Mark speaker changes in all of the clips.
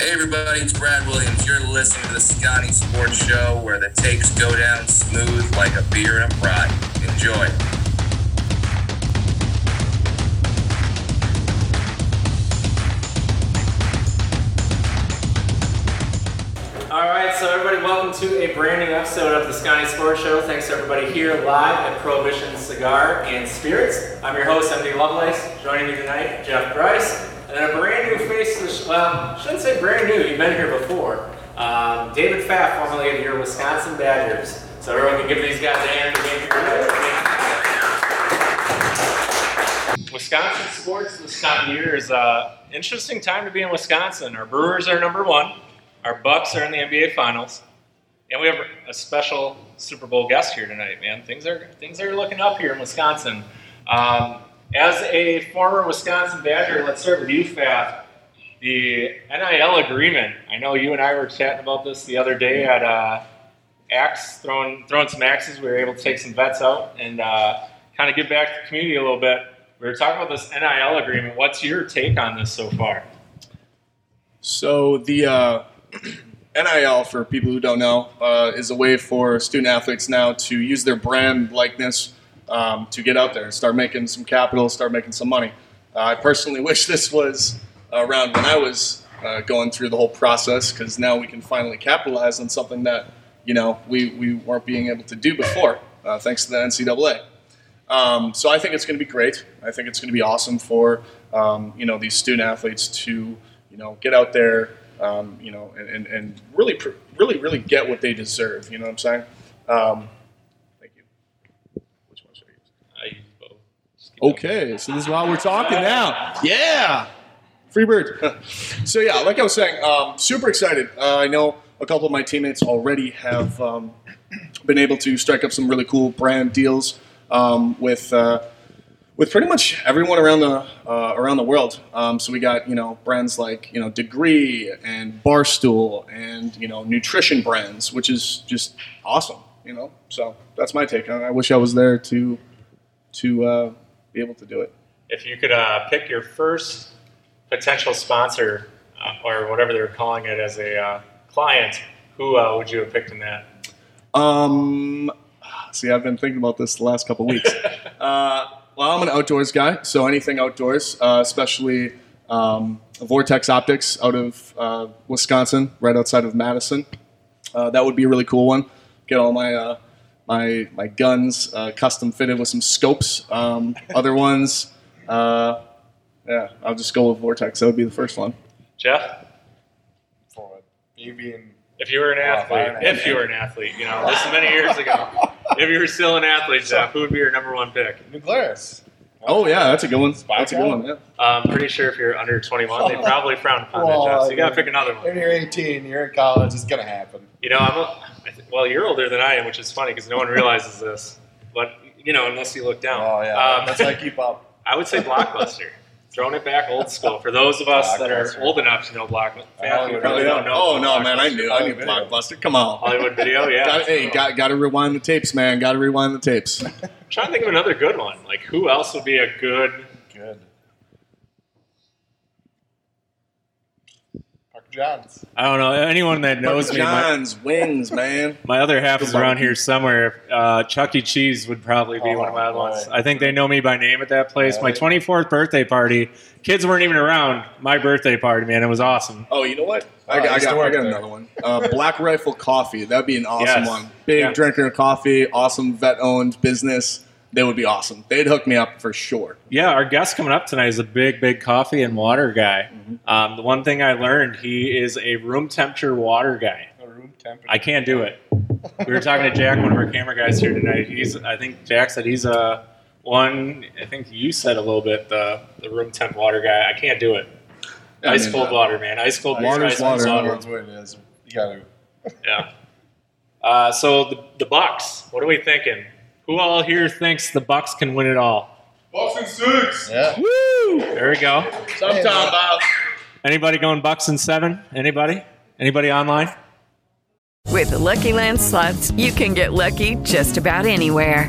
Speaker 1: Hey everybody, it's Brad Williams. You're listening to the Scotty Sports Show where the takes go down smooth like a beer and a fry. Enjoy.
Speaker 2: All right, so everybody, welcome to a brand new episode of the Scotty Sports Show. Thanks to everybody here live at Prohibition Cigar and Spirits. I'm your host, MD Lovelace. Joining me tonight, Jeff Bryce, and then a brand new face. To the sh- well, shouldn't say brand new. You've been here before. Um, David Pfaff, formerly of your Wisconsin Badgers. So everyone can give these guys a hand for being here. Wisconsin sports this time of year is an interesting time to be in Wisconsin. Our Brewers are number one, our Bucks are in the NBA Finals, and we have a special Super Bowl guest here tonight. Man, things are things are looking up here in Wisconsin. Um, as a former Wisconsin Badger, let's start with you, Faf. The NIL agreement. I know you and I were chatting about this the other day at. Uh, axe, throwing throwing some axes. We were able to take some vets out and uh, kind of give back to the community a little bit. We were talking about this NIL agreement. What's your take on this so far?
Speaker 3: So the uh, NIL, for people who don't know, uh, is a way for student athletes now to use their brand likeness um, to get out there and start making some capital, start making some money. Uh, I personally wish this was around when I was uh, going through the whole process because now we can finally capitalize on something that you know we, we weren't being able to do before, uh, thanks to the NCAA. Um, so I think it's going to be great. I think it's going to be awesome for um, you know these student athletes to you know get out there, um, you know, and, and, and really, pr- really, really get what they deserve. You know what I'm saying? Um, thank you. Which one should I use?
Speaker 2: I use both. Just keep
Speaker 3: Okay, so this is why we're talking now. Yeah, free bird. so yeah, like I was saying, um, super excited. Uh, I know a couple of my teammates already have um, been able to strike up some really cool brand deals um, with. Uh, with pretty much everyone around the uh, around the world. Um, so we got you know brands like you know Degree and Barstool and you know nutrition brands, which is just awesome. You know, so that's my take. on it. I wish I was there to to uh, be able to do it.
Speaker 2: If you could uh, pick your first potential sponsor uh, or whatever they're calling it as a uh, client, who uh, would you have picked in that?
Speaker 3: Um, see, I've been thinking about this the last couple weeks. uh, well, I'm an outdoors guy, so anything outdoors, uh, especially um, Vortex Optics out of uh, Wisconsin, right outside of Madison. Uh, that would be a really cool one. Get all my uh, my my guns uh, custom fitted with some scopes. Um, other ones, uh, yeah, I'll just go with Vortex. That would be the first one.
Speaker 2: Jeff,
Speaker 4: for you being
Speaker 2: if you were an
Speaker 4: Yeah, if I were
Speaker 2: athlete,
Speaker 4: an
Speaker 2: if you were an athlete, you know, this is many years ago. If you were still an athlete, Jeff, who would be your number one pick?
Speaker 4: Nuclearis.
Speaker 3: Oh yeah, that's a good one. That's a good one. Yeah.
Speaker 2: I'm pretty sure if you're under 21, they probably frown upon
Speaker 4: Well,
Speaker 2: that job. So you got to
Speaker 4: yeah.
Speaker 2: pick another one.
Speaker 4: If you're 18, you're in college, it's gonna happen.
Speaker 2: You know, I'm a, I th- well, you're older than I am, which is funny because no one realizes this. But you know, unless you look down.
Speaker 4: Oh yeah,
Speaker 2: Um,
Speaker 4: that's how I keep up.
Speaker 2: I would say blockbuster. Throwing it back old school. For those of us that are
Speaker 4: Blockbuster.
Speaker 2: old enough to know blockbuster,
Speaker 4: Hollywood
Speaker 2: you probably
Speaker 4: video.
Speaker 2: don't know.
Speaker 3: oh no, man! I knew, I knew
Speaker 4: Blockbuster.
Speaker 3: Blockbuster. Come on.
Speaker 2: Hollywood video, yeah.
Speaker 3: Got, hey, got, got to rewind the tapes, man. Got to rewind the tapes.
Speaker 2: I'm trying to think of another good one. Like, who else would be a good?
Speaker 4: Good. Mark Johns.
Speaker 5: I don't know anyone that knows me. My,
Speaker 3: John's wings, man.
Speaker 5: my other half is
Speaker 3: Good
Speaker 5: around
Speaker 3: barbecue.
Speaker 5: here somewhere. Uh, Chuck E. Cheese would probably be
Speaker 4: Oh,
Speaker 5: one of my other ones.
Speaker 4: boy.
Speaker 5: I think they know me by name at that place. My
Speaker 4: Really?
Speaker 5: 24th birthday party, kids weren't even around. My birthday party, man, it was awesome.
Speaker 3: Oh, you know what?
Speaker 4: Oh,
Speaker 3: I got,
Speaker 4: I
Speaker 3: I
Speaker 4: used to
Speaker 3: got,
Speaker 4: work
Speaker 3: I got
Speaker 4: there.
Speaker 3: another one. Uh, Black Rifle Coffee. That'd be an awesome
Speaker 5: Yes.
Speaker 3: one. Big
Speaker 5: Yeah.
Speaker 3: drinker of coffee. Awesome vet-owned business. They would be awesome. They'd hook me up for sure.
Speaker 5: Yeah, our guest coming up tonight is a big, big coffee and water guy. Um, the one thing I learned, he is a room temperature water guy.
Speaker 4: A room temperature.
Speaker 5: I can't do it.
Speaker 2: We were talking to Jack, one of our camera guys here tonight. He's, I think Jack said he's uh, one. I think you said a little bit the the room temp water guy. I can't do it.
Speaker 3: I
Speaker 2: Ice
Speaker 3: mean,
Speaker 2: cold
Speaker 3: uh,
Speaker 2: water, man. Ice cold water.
Speaker 3: Water's
Speaker 2: Ice cold
Speaker 3: water.
Speaker 2: water.
Speaker 4: That's what it is. You gotta.
Speaker 2: Yeah. Uh, so the, the Bucks. What are we thinking? Who all here thinks the Bucks can win it all?
Speaker 3: Boston six.
Speaker 4: Yeah.
Speaker 2: Woo! There we go.
Speaker 3: That's what I'm talking about.
Speaker 2: Anybody going Bucks in seven? Anybody? Anybody online?
Speaker 6: With the Lucky Land slots, you can get lucky just about anywhere.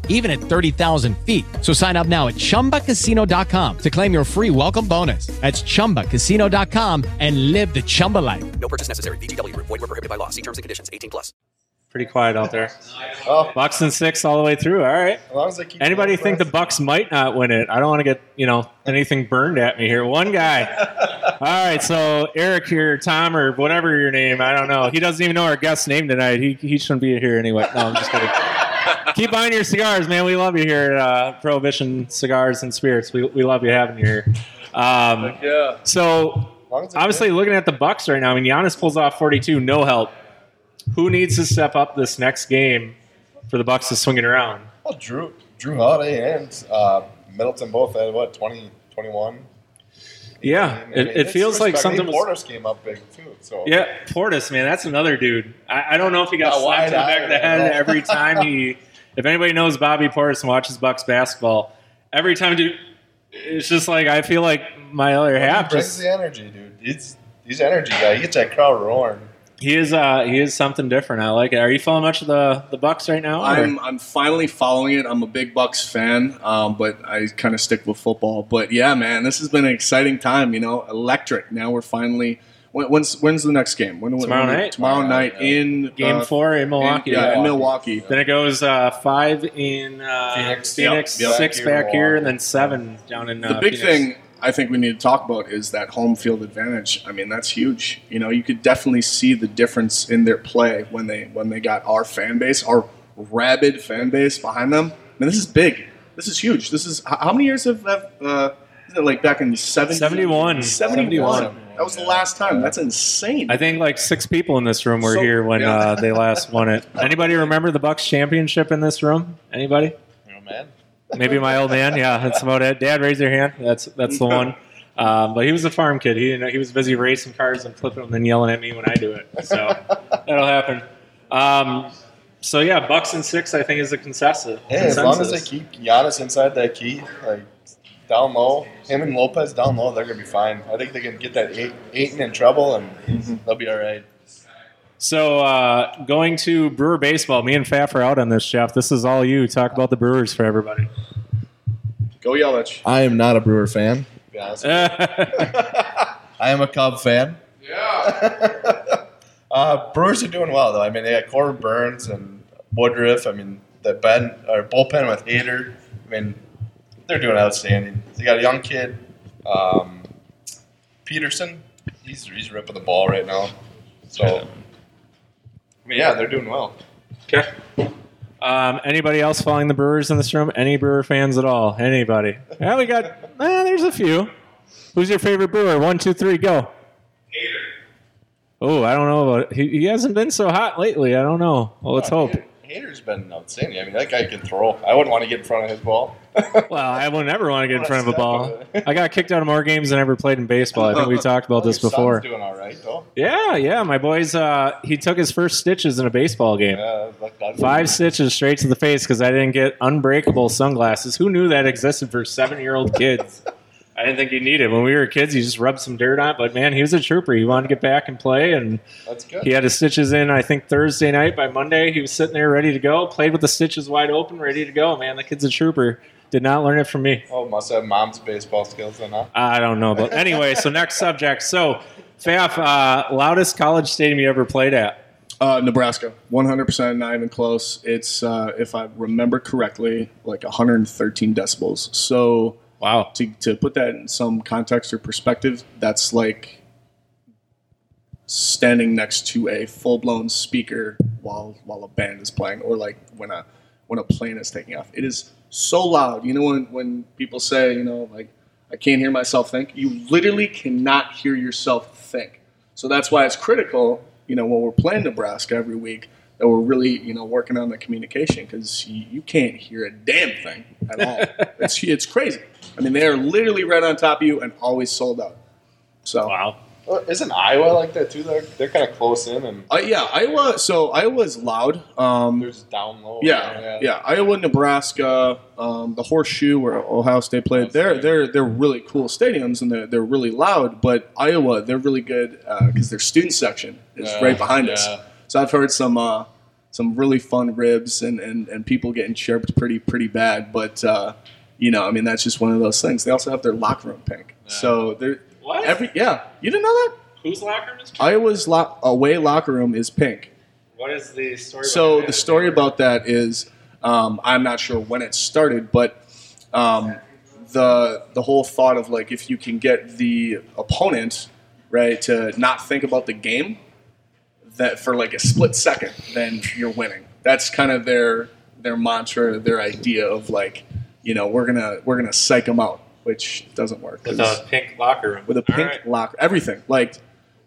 Speaker 7: even at 30,000 feet. So sign up now at chumbacasino.com to claim your free welcome bonus. That's chumbacasino.com and live the Chumba life.
Speaker 8: No purchase necessary. VGW Group. Void were prohibited by law. See terms and conditions. 18 plus.
Speaker 2: Pretty quiet out there.
Speaker 4: Well,
Speaker 2: Bucks in six all the way through. All right.
Speaker 4: as long as I keep.
Speaker 2: Anybody think the Bucks might not win it? I don't want to get you know anything burned at me here. One guy. All right, so Eric here, Tom or whatever your name, I don't know. He doesn't even know our guest's name tonight. He he shouldn't be here anyway. No, I'm just kidding. Keep buying your cigars, man. We love you here at uh, Prohibition Cigars and Spirits. We we love you having you here. Um,
Speaker 3: Yeah.
Speaker 2: so
Speaker 4: long as I
Speaker 2: obviously
Speaker 4: keep-
Speaker 2: looking at the Bucks right now, I mean Giannis pulls off 42, no help. Who needs to step up this next game for the Bucks to swing it around?
Speaker 4: Well, Drew, Drew Holiday and uh, Middleton both had what 20, 21?
Speaker 2: Yeah,
Speaker 4: And
Speaker 2: it, it
Speaker 4: it's
Speaker 2: feels like
Speaker 4: respect- I
Speaker 2: something
Speaker 4: think
Speaker 2: was.
Speaker 4: Portis came up big too. So
Speaker 2: Yeah, Portis, man, that's another dude. I, I don't know if he got
Speaker 4: Not
Speaker 2: slapped in the
Speaker 4: wide-eyed
Speaker 2: back of the
Speaker 4: at
Speaker 2: head
Speaker 4: all.
Speaker 2: every time he. If anybody knows Bobby Portis and watches Bucks basketball, every time, dude, it's just like I feel like my other
Speaker 4: he
Speaker 2: half
Speaker 4: brings
Speaker 2: just
Speaker 4: the energy, dude. He's he's an energy guy. He gets that crowd roaring.
Speaker 2: he is uh he is something different. I like it. Are you following much of the the Bucks right now? or-
Speaker 3: I'm I'm finally following it. I'm a big Bucks fan, um, but I kind of stick with football. But yeah, man, this has been an exciting time. You know, electric. Now we're finally. When, when's when's the next game? When, when-
Speaker 2: Tomorrow
Speaker 3: when-
Speaker 2: night? Uh,
Speaker 3: Tomorrow night in
Speaker 2: game
Speaker 3: uh,
Speaker 2: four in Milwaukee.
Speaker 3: in- yeah, in
Speaker 2: right?
Speaker 3: Milwaukee.
Speaker 2: Then it goes uh, five in uh,
Speaker 4: Phoenix.
Speaker 2: Phoenix,
Speaker 4: Yep, yep.
Speaker 2: six
Speaker 4: Back
Speaker 2: back
Speaker 4: here
Speaker 2: here, and
Speaker 4: in Milwaukee.
Speaker 2: then seven down in uh,
Speaker 3: the big
Speaker 2: Phoenix.
Speaker 3: thing I think we need to talk about is that home field advantage. I mean, that's huge. You know, you could definitely see the difference in their play when they when they got our fan base, our rabid fan base behind them. I mean, this is big. This is huge. This is h- how many years have, have uh, isn't it like back in 70,
Speaker 2: 71.
Speaker 3: 71. That was the last time. That's insane.
Speaker 2: I think like six people in this room were
Speaker 3: So-
Speaker 2: here when
Speaker 3: yeah.
Speaker 2: uh, they last won it. Anybody remember the Bucks championship in this room? Anybody?
Speaker 4: You know, man.
Speaker 2: Maybe my old man. Yeah, that's about it. Dad, raise your hand. That's that's the one. Um, but he was a farm kid. He didn't, he was busy racing cars and flipping them and yelling at me when I do it. So that'll happen. Um, so yeah, Bucks and six I think is a consensus.
Speaker 4: Hey, as long as they
Speaker 2: consensus.
Speaker 4: keep Giannis inside that key, like down low, him and Lopez down low, they're gonna be fine. I think they can get that eight, Aiton in trouble, and they'll be all right.
Speaker 2: So uh, going to Brewer baseball. Me and Faf are out on this, Jeff. This is all you. Talk about the Brewers for everybody.
Speaker 3: Go Yelich.
Speaker 4: I am not a Brewer fan. To be honest, I am a Cub fan. Yeah. uh, Brewers are doing well though. I mean, they got Corbin Burns and Woodruff. I mean, the ben or bullpen with Hader. I mean, they're doing outstanding. They got a young kid, um, Peterson. He's he's ripping the ball right now. So, I mean, yeah, they're doing well.
Speaker 2: Okay. Um, anybody else following the Brewers in this room? Any Brewer fans at all? Anybody? Yeah, we got. eh, there's a few. Who's your favorite Brewer? One, two, three, go. Oh, I don't know. About, he, he hasn't been so hot lately. I don't know. Well, let's hope.
Speaker 4: Hader's been outstanding. I mean, that guy can throw. I wouldn't want to get in front of his ball.
Speaker 2: Well, I would never want to get in
Speaker 4: Wanna
Speaker 2: front of a
Speaker 4: step
Speaker 2: ball.
Speaker 4: on it.
Speaker 2: I got kicked out of more games than I ever played in baseball. I think we talked about this
Speaker 4: Your son's
Speaker 2: before.
Speaker 4: doing all right though.
Speaker 2: Yeah, yeah. My boys, uh, he took his first stitches in a baseball game.
Speaker 4: Yeah, like that.
Speaker 2: Five stitches straight to the face because I didn't get unbreakable sunglasses. Who knew that existed for seven year old kids? I didn't think you needed. When we were kids, you just rubbed some dirt on. it, But man, he was a trooper. He wanted to get back and play, and
Speaker 9: That's good.
Speaker 2: he had his stitches in. I think Thursday night by Monday, he was sitting there ready to go. Played with the stitches wide open, ready to go. Man, the kid's a trooper. Did not learn it from me.
Speaker 9: Oh, must have mom's baseball skills then, huh?
Speaker 2: I don't know, but anyway. so next subject. So, Faf, uh, loudest college stadium you ever played at?
Speaker 3: Uh, Nebraska, 100%, not even close. It's, uh, if I remember correctly, like 113 decibels. So
Speaker 2: Wow.
Speaker 3: to, to put that in some context or perspective, that's like standing next to a full blown speaker while while a band is playing, or like when a when a plane is taking off. It is so loud. You know when when people say, you know, like I can't hear myself think. You literally cannot hear yourself think. So that's why it's critical. You know when we're playing Nebraska every week. That we're really, you know, working on the communication because you, you can't hear a damn thing at all. it's it's crazy. I mean, they are literally right on top of you and always sold out. So
Speaker 2: Wow.
Speaker 9: Well, isn't Iowa like that too? They're, they're kind of close in and
Speaker 3: Uh, yeah, Iowa. So Iowa's loud.
Speaker 9: they're
Speaker 3: Um,
Speaker 9: just down low.
Speaker 3: yeah, yeah. Iowa, Nebraska, um, the Horseshoe where Ohio State played. They're they're they're really cool stadiums and they're they're really loud. But Iowa, they're really good because their student section is
Speaker 9: Yeah,
Speaker 3: right behind us.
Speaker 9: yeah.
Speaker 3: So I've heard some uh, some really fun ribs and, and and people getting chirped pretty pretty bad. But uh, you know, I mean, that's just one of those things. They also have their locker room pink. So they're
Speaker 2: What?
Speaker 3: every yeah. You didn't know that.
Speaker 2: Whose locker room is?
Speaker 3: Iowa's lo- away locker room is pink.
Speaker 2: What is the story?
Speaker 3: So
Speaker 2: behind
Speaker 3: the
Speaker 2: that?
Speaker 3: story about that is, um, I'm not sure when it started, but um, the the whole thought of like if you can get the opponent right to not think about the game that for like a split second, then you're winning. That's kind of their their mantra, their idea of like, you know, we're gonna we're gonna psych them out, which doesn't work. 'cause-
Speaker 2: with a pink locker room.
Speaker 3: with a
Speaker 2: All
Speaker 3: pink
Speaker 2: right.
Speaker 3: locker, everything like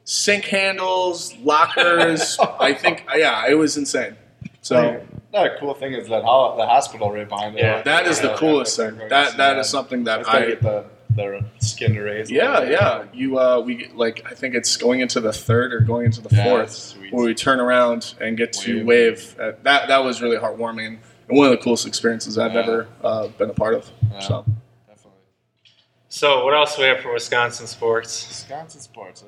Speaker 3: sink handles, lockers. I think, yeah, it was insane. So
Speaker 9: Another cool thing is that ho- the hospital right behind it.
Speaker 2: Yeah.
Speaker 3: that is the
Speaker 9: Yeah,
Speaker 3: coolest
Speaker 9: yeah,
Speaker 3: thing.
Speaker 9: yeah.
Speaker 3: That that is something
Speaker 9: That's
Speaker 3: that
Speaker 9: gotta
Speaker 3: I.
Speaker 9: get the, the skin to raise. a
Speaker 3: Yeah,
Speaker 9: little bit.
Speaker 3: yeah. You uh, we get, like I think it's going into the third or going into the
Speaker 9: Yeah,
Speaker 3: fourth
Speaker 9: that's sweet.
Speaker 3: where we turn around and get to
Speaker 9: Wave.
Speaker 3: wave. Uh, that that was really heartwarming and one of the coolest experiences I've
Speaker 9: Yeah.
Speaker 3: ever uh, been a part of.
Speaker 9: Yeah.
Speaker 3: So
Speaker 9: Definitely.
Speaker 2: So what else do we have for Wisconsin sports?
Speaker 9: Wisconsin sports.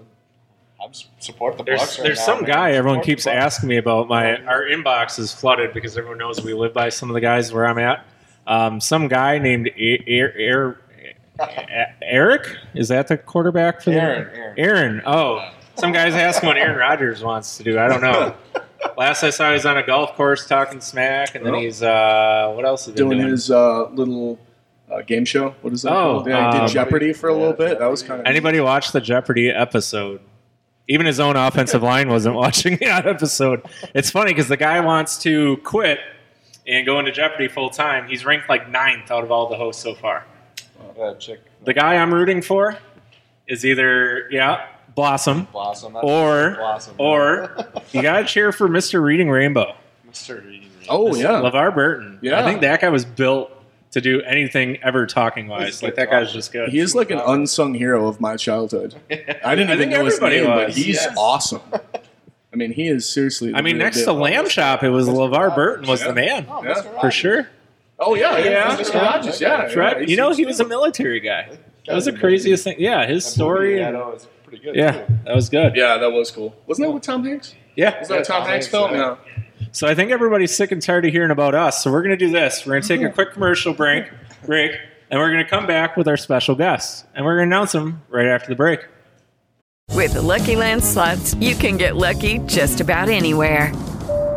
Speaker 9: I'm s- support the
Speaker 2: There's
Speaker 9: Bucks right
Speaker 2: there's
Speaker 9: now,
Speaker 2: some
Speaker 9: man.
Speaker 2: guy everyone
Speaker 9: Support the
Speaker 2: keeps
Speaker 9: Bucks.
Speaker 2: asking me about. My our inbox is flooded because everyone knows we live by some of the guys where I'm at. Um, some guy named Air, Air, Eric is that the quarterback for
Speaker 9: Aaron,
Speaker 2: the
Speaker 9: Aaron.
Speaker 2: Aaron? Oh, some guys asking what Aaron Rodgers wants to do. I don't know. Last I saw, he was on a golf course talking smack, and then
Speaker 3: Well.
Speaker 2: he's uh, what else? Is he
Speaker 3: doing
Speaker 2: doing
Speaker 3: his uh, little uh, game show. What is that?
Speaker 2: Oh,
Speaker 3: called? Yeah, he
Speaker 2: um,
Speaker 3: did Jeopardy for a
Speaker 9: Yeah,
Speaker 3: little bit. That was kind of
Speaker 2: Anybody watch the Jeopardy episode? Even his own offensive line wasn't watching that episode. It's funny because the guy wants to quit and go into Jeopardy full time. He's ranked like ninth out of all the hosts so far.
Speaker 9: That chick
Speaker 2: The guy I'm rooting for is either yeah Blossom
Speaker 9: Blossom. That's
Speaker 2: or
Speaker 9: Blossom.
Speaker 2: or you gotta cheer for Mr. Reading Rainbow,
Speaker 9: Mr. Reed.
Speaker 3: Oh
Speaker 2: Mr.
Speaker 3: yeah,
Speaker 2: LeVar Burton.
Speaker 3: Yeah.
Speaker 2: I think that guy was built to do anything ever talking wise.
Speaker 9: He's
Speaker 2: Like
Speaker 9: good
Speaker 2: that guy's
Speaker 9: talker.
Speaker 2: just good.
Speaker 3: he is like an unsung hero of my childhood. I didn't
Speaker 2: I
Speaker 3: even
Speaker 2: think
Speaker 3: know his
Speaker 2: everybody
Speaker 3: name, but
Speaker 2: was,
Speaker 3: he's
Speaker 9: yes.
Speaker 3: awesome. I mean, he is seriously. the
Speaker 2: I mean,
Speaker 3: real
Speaker 2: next to
Speaker 3: deal.
Speaker 2: Lamb Chop, it was LeVar Burton was the man
Speaker 9: Oh,
Speaker 3: Yeah.
Speaker 9: Mr. Rogers.
Speaker 2: for sure.
Speaker 3: Oh yeah, yeah, Mr.
Speaker 9: Yeah.
Speaker 3: Rogers, yeah,
Speaker 9: That's
Speaker 3: yeah,
Speaker 2: Right?
Speaker 3: he's-
Speaker 2: you know, he was a military guy. That was the
Speaker 9: Yeah.
Speaker 2: craziest thing. Yeah, his
Speaker 9: That
Speaker 2: story.
Speaker 9: movie,
Speaker 2: and-
Speaker 9: Yeah, no, it's pretty good.
Speaker 2: yeah,
Speaker 9: too.
Speaker 2: that was good.
Speaker 3: Yeah, that was cool. Wasn't that with Tom Hanks?
Speaker 2: Yeah.
Speaker 3: Was that
Speaker 9: Yeah,
Speaker 3: a Tom,
Speaker 9: Tom Hanks,
Speaker 3: Hanks film?
Speaker 9: yeah.
Speaker 3: Yeah.
Speaker 2: So I think everybody's sick and tired of hearing about us. So we're going to do this. We're going to take a quick commercial break, break, and we're going to come back with our special guest, and we're going to announce him right after the break.
Speaker 6: With the Lucky Land slots, you can get lucky just about anywhere.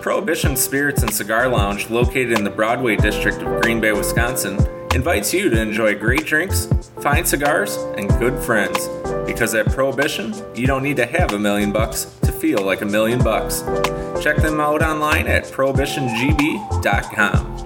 Speaker 10: Prohibition Spirits and Cigar Lounge, located in the Broadway district of Green Bay, Wisconsin, invites you to enjoy great drinks, fine cigars, and good friends. Because at Prohibition, you don't need to have a million bucks to feel like a million bucks. Check them out online at prohibitiongb.com.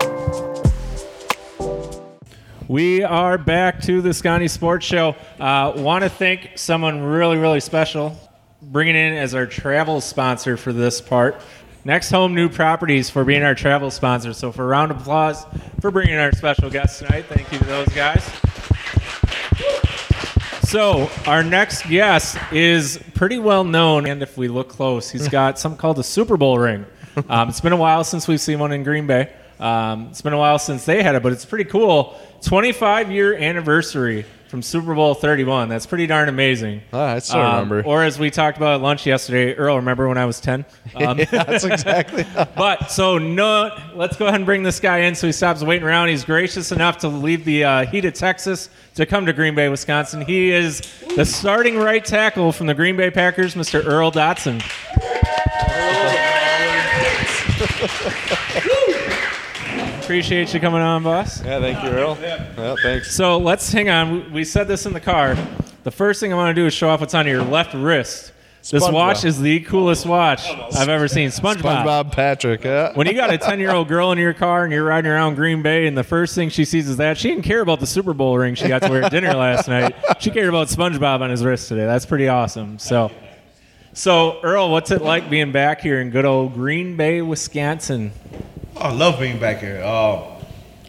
Speaker 2: We are back to the Scotty Sports Show. Uh, Want to thank someone really, really special, bringing in as our travel sponsor for this part. Next Home New Properties for being our travel sponsor. So, for a round of applause for bringing our special guest tonight. Thank you to those guys. So, our next guest is pretty well known, and if we look close, he's got something called a Super Bowl ring. Um, it's been a while since we've seen one in Green Bay. Um, it's been a while since they had it, but it's pretty cool. 25 year anniversary from Super Bowl 31. That's pretty darn amazing.
Speaker 4: Ah, I still remember.
Speaker 2: Um, Or as we talked about at lunch yesterday, Earl, remember when I was 10? Um,
Speaker 4: That's exactly.
Speaker 2: but so no, let's go ahead and bring this guy in. So he stops waiting around. He's gracious enough to leave the uh, heat of Texas to come to Green Bay, Wisconsin. He is the starting right tackle from the Green Bay Packers, Mr. Earl Dotson. Appreciate you coming on, boss.
Speaker 4: yeah, thank you, Earl. Yeah, thanks.
Speaker 2: So let's hang on. We said this in the car. The first thing I want to do is show off what's on your left wrist. This
Speaker 4: SpongeBob.
Speaker 2: watch is the coolest watch I've ever seen.
Speaker 4: SpongeBob Patrick. Yeah.
Speaker 2: when you got a 10 year old girl in your car and you're riding around Green Bay and the first thing she sees is that, she didn't care about the Super Bowl ring she got to wear at dinner last night. She cared about SpongeBob on his wrist today. That's pretty awesome. So, so Earl, what's it like being back here in good old Green Bay, Wisconsin?
Speaker 11: I love being back here. Uh,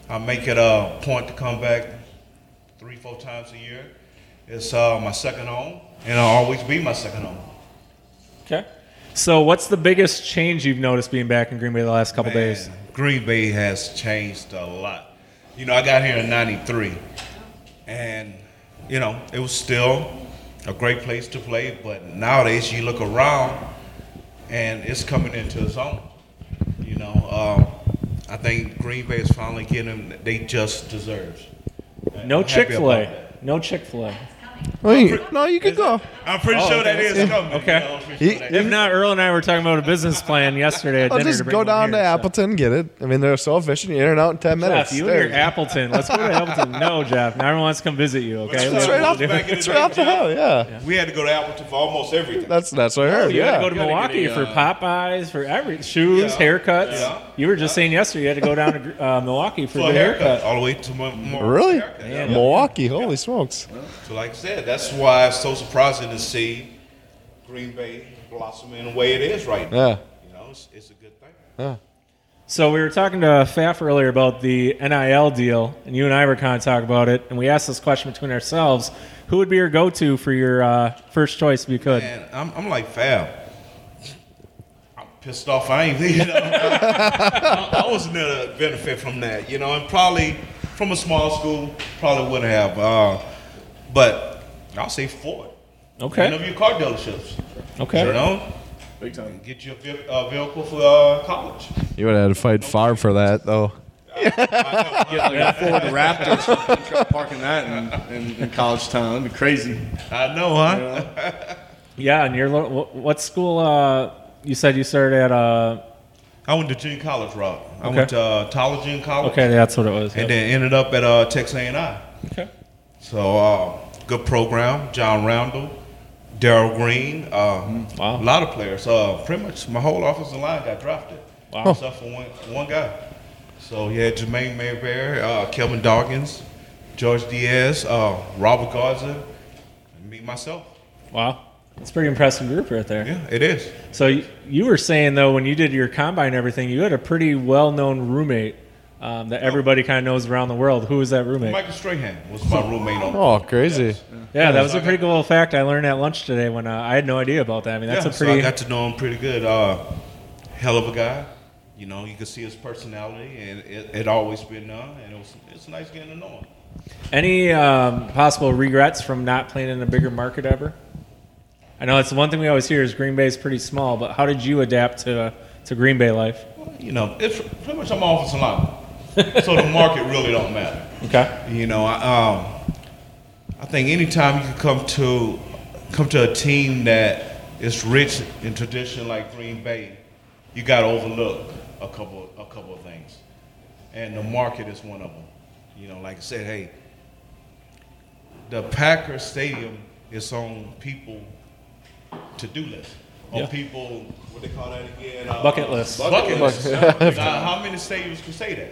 Speaker 11: I make it a point to come back three, four times a year. It's uh, my second home, and I'll always be my second home.
Speaker 2: Okay. So, what's the biggest change you've noticed being back in Green Bay the last couple days?
Speaker 11: Man, Green Bay has changed a lot. You know, I got here in 93, and, you know, it was still a great place to play, but nowadays you look around and it's coming into its own. You know, um, I think Green Bay is finally getting them they just deserves.
Speaker 2: No
Speaker 11: I'm happy about
Speaker 2: Chick fil A.
Speaker 11: that.
Speaker 2: No Chick fil A.
Speaker 4: Wait, no, you could go.
Speaker 11: I'm pretty
Speaker 2: Oh,
Speaker 11: sure that
Speaker 2: okay.
Speaker 11: is coming.
Speaker 2: Okay.
Speaker 11: You know, I'm pretty sure that
Speaker 2: If not, Earl and I were talking about a business plan yesterday at
Speaker 4: I'll
Speaker 2: dinner. to
Speaker 4: Oh, just
Speaker 2: bring
Speaker 4: go
Speaker 2: one
Speaker 4: down
Speaker 2: here,
Speaker 4: to
Speaker 2: so.
Speaker 4: Appleton, get it. I mean, they're so efficient. You're in and out in 10 minutes.
Speaker 2: Jeff, you
Speaker 4: There
Speaker 2: and
Speaker 4: you
Speaker 2: your
Speaker 4: go.
Speaker 2: Appleton. Let's go to Appleton. No, Jeff. Now everyone wants to come visit you. Okay.
Speaker 4: It's
Speaker 11: That's
Speaker 4: right
Speaker 11: Appleton
Speaker 4: off,
Speaker 11: back in the
Speaker 4: it's
Speaker 11: day,
Speaker 4: right off the
Speaker 11: Jeff.
Speaker 4: hill, yeah.
Speaker 11: We had to go to Appleton for almost everything.
Speaker 4: That's, that's what I
Speaker 11: uh,
Speaker 4: heard,
Speaker 2: You had to go
Speaker 4: yeah.
Speaker 2: to
Speaker 3: You gotta
Speaker 2: Milwaukee
Speaker 3: get a,
Speaker 2: for Popeyes, for every shoes,
Speaker 11: Yeah.
Speaker 2: haircuts.
Speaker 11: Yeah.
Speaker 2: You were just saying yesterday you had to go down to uh, Milwaukee for,
Speaker 11: for
Speaker 2: the
Speaker 11: a haircut,
Speaker 2: haircut.
Speaker 11: all the way to my, my
Speaker 4: Really?
Speaker 11: haircut, yeah.
Speaker 4: Milwaukee, holy smokes.
Speaker 11: So, like I said, that's why it's so surprising to see Green Bay blossom in the way it is right now.
Speaker 4: Yeah.
Speaker 11: You know, it's, it's a good thing.
Speaker 2: So we were talking to Faf earlier about the NIL deal, and you and I were kind of talking about it, and we asked this question between ourselves: Who would be your go-to for your uh, first choice if you could?
Speaker 11: And I'm, I'm like, Fab, I'm pissed off. I ain't, you know, I, I was never benefit from that, you know, and probably from a small school, probably wouldn't have. Uh, but I'll say Ford. One of
Speaker 2: Okay.
Speaker 11: your car dealerships. You
Speaker 2: Okay.
Speaker 11: know,
Speaker 3: Big time.
Speaker 11: get your ve- uh, vehicle for uh, college.
Speaker 4: You would have had to fight far for that, though.
Speaker 3: Get like a Ford Raptor or something, try parking that in, in, in college town. That'd be crazy.
Speaker 11: I know, huh?
Speaker 2: Yeah, and your lo- wh- what school? Uh, you said you started at. Uh,
Speaker 11: I went to junior college route. I
Speaker 2: Okay.
Speaker 11: went to uh, Tyler Junior College.
Speaker 2: okay, that's what it was.
Speaker 11: and then ended up at uh, Texas A&I.
Speaker 2: Okay.
Speaker 11: So uh, good program. John Roundell, Daryl Green, uh,
Speaker 2: Wow.
Speaker 11: a lot of players. Uh, pretty much my whole offensive line got drafted,
Speaker 2: Wow.
Speaker 11: except for one, one guy. So yeah, Jermaine Mayberry, uh, Kelvin Dawkins, George Diaz, uh, Robert Garza, and me myself.
Speaker 2: Wow. It's a pretty impressive group right there.
Speaker 11: Yeah, it is.
Speaker 2: So y- you were saying though, when you did your combine and everything, you had a pretty well-known roommate. um, that everybody kind of knows around the world. Who was that roommate?
Speaker 11: Michael Strahan was my roommate on.
Speaker 4: Oh, crazy.
Speaker 2: Yeah, that was a pretty cool fact I learned at lunch today when uh, I had no idea about that. I mean, that's
Speaker 11: yeah,
Speaker 2: a pretty.
Speaker 11: So I got to know him pretty good. Uh, hell of a guy. You know, you could see his personality, and it, it always been done, and it was, it's nice getting to know him.
Speaker 2: Any um, possible regrets from not playing in a bigger market ever? I know that's the one thing we always hear is Green Bay is pretty small, but how did you adapt to to Green Bay life?
Speaker 11: You know, it's pretty much I'm offensive lineman, so the market really don't matter.
Speaker 2: Okay.
Speaker 11: You know, I, um, I think anytime you can come to come to a team that is rich in tradition like Green Bay, you got to overlook a couple a couple of things, and the market is one of them. You know, like I said, hey, the Packer Stadium is on people to do list. On
Speaker 2: Yeah.
Speaker 11: people, what they call that again? Uh,
Speaker 2: Bucket list.
Speaker 11: Bucket,
Speaker 2: Bucket
Speaker 11: list.
Speaker 2: list.
Speaker 11: Now, how many stadiums can say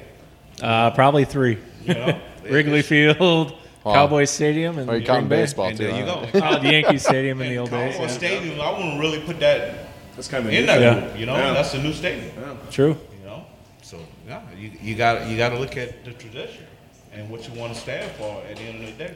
Speaker 11: that?
Speaker 2: Uh, probably three.
Speaker 11: You know,
Speaker 2: Wrigley Field,
Speaker 4: Wow.
Speaker 2: Cowboy Stadium, and
Speaker 4: Oh, you're counting baseball,
Speaker 11: And there you go.
Speaker 2: Oh, the Yankee Stadium in the old days.
Speaker 11: Cowboy
Speaker 2: yeah.
Speaker 11: Stadium, I wouldn't really put that
Speaker 3: That's kind
Speaker 11: in that
Speaker 2: Yeah.
Speaker 11: group. You know,
Speaker 3: Yeah.
Speaker 11: that's a new stadium.
Speaker 2: True.
Speaker 11: You know, so yeah, you, you got you got to look at the tradition and what you want to stand for at the end of the day.